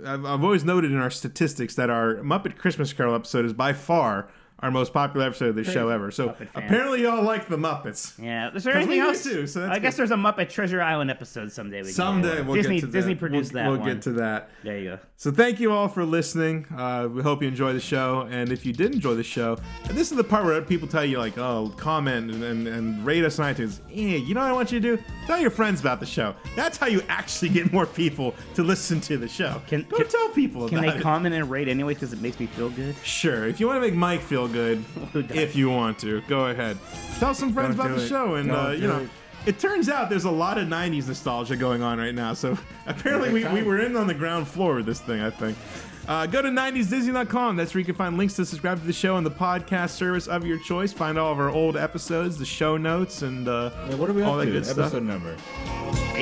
uh, I've, I've always noted in our statistics that our Muppet Christmas Carol episode is by far our most popular episode of this show ever. So Muppet fans. apparently y'all like the Muppets. yeah, is there 'Cause we anything do else? too, so that's I guess good. there's a Muppet Treasure Island episode someday. We can Someday do. we'll Disney get to Disney that. produced we'll, that We'll one. get to that. there you go. So thank you all for listening. Uh, we hope you enjoy the show. And if you did enjoy the show, and this is the part where people tell you like, oh, comment and, and, and rate us on iTunes. Eh, you know what I want you to do? Tell your friends about the show. That's how you actually get more people to listen to the show. Can- Go can- tell people Can about they it. comment and rate anyway? Because it makes me feel good. Sure. If you want to make Mike feel good, [LAUGHS] Oh, Who doesn't? if you want to, go ahead. Tell some friends Don't about do the it. show, and Don't uh, you do know, it. it. turns out there's a lot of '90s nostalgia going on right now. So [LAUGHS] apparently, we, we were in on the ground floor with this thing. I think. Uh, go to 90sdisney.com. That's where you can find links to subscribe to the show on the podcast service of your choice. Find all of our old episodes, the show notes, and uh, Yeah, what are we up all that to? good Episode stuff. number. 18, I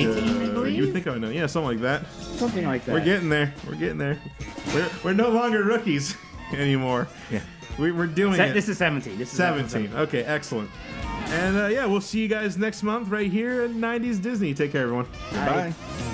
Uh, you would believe. think I would know? Yeah, something like that. Something like that. We're getting there. We're getting there. We're, we're no longer rookies [LAUGHS] anymore. Yeah. We, we're doing Se- it. this is 17. This is episode 17. Okay, excellent. And uh, yeah, we'll see you guys next month right here at 90s Disney. Take care, everyone. Goodbye.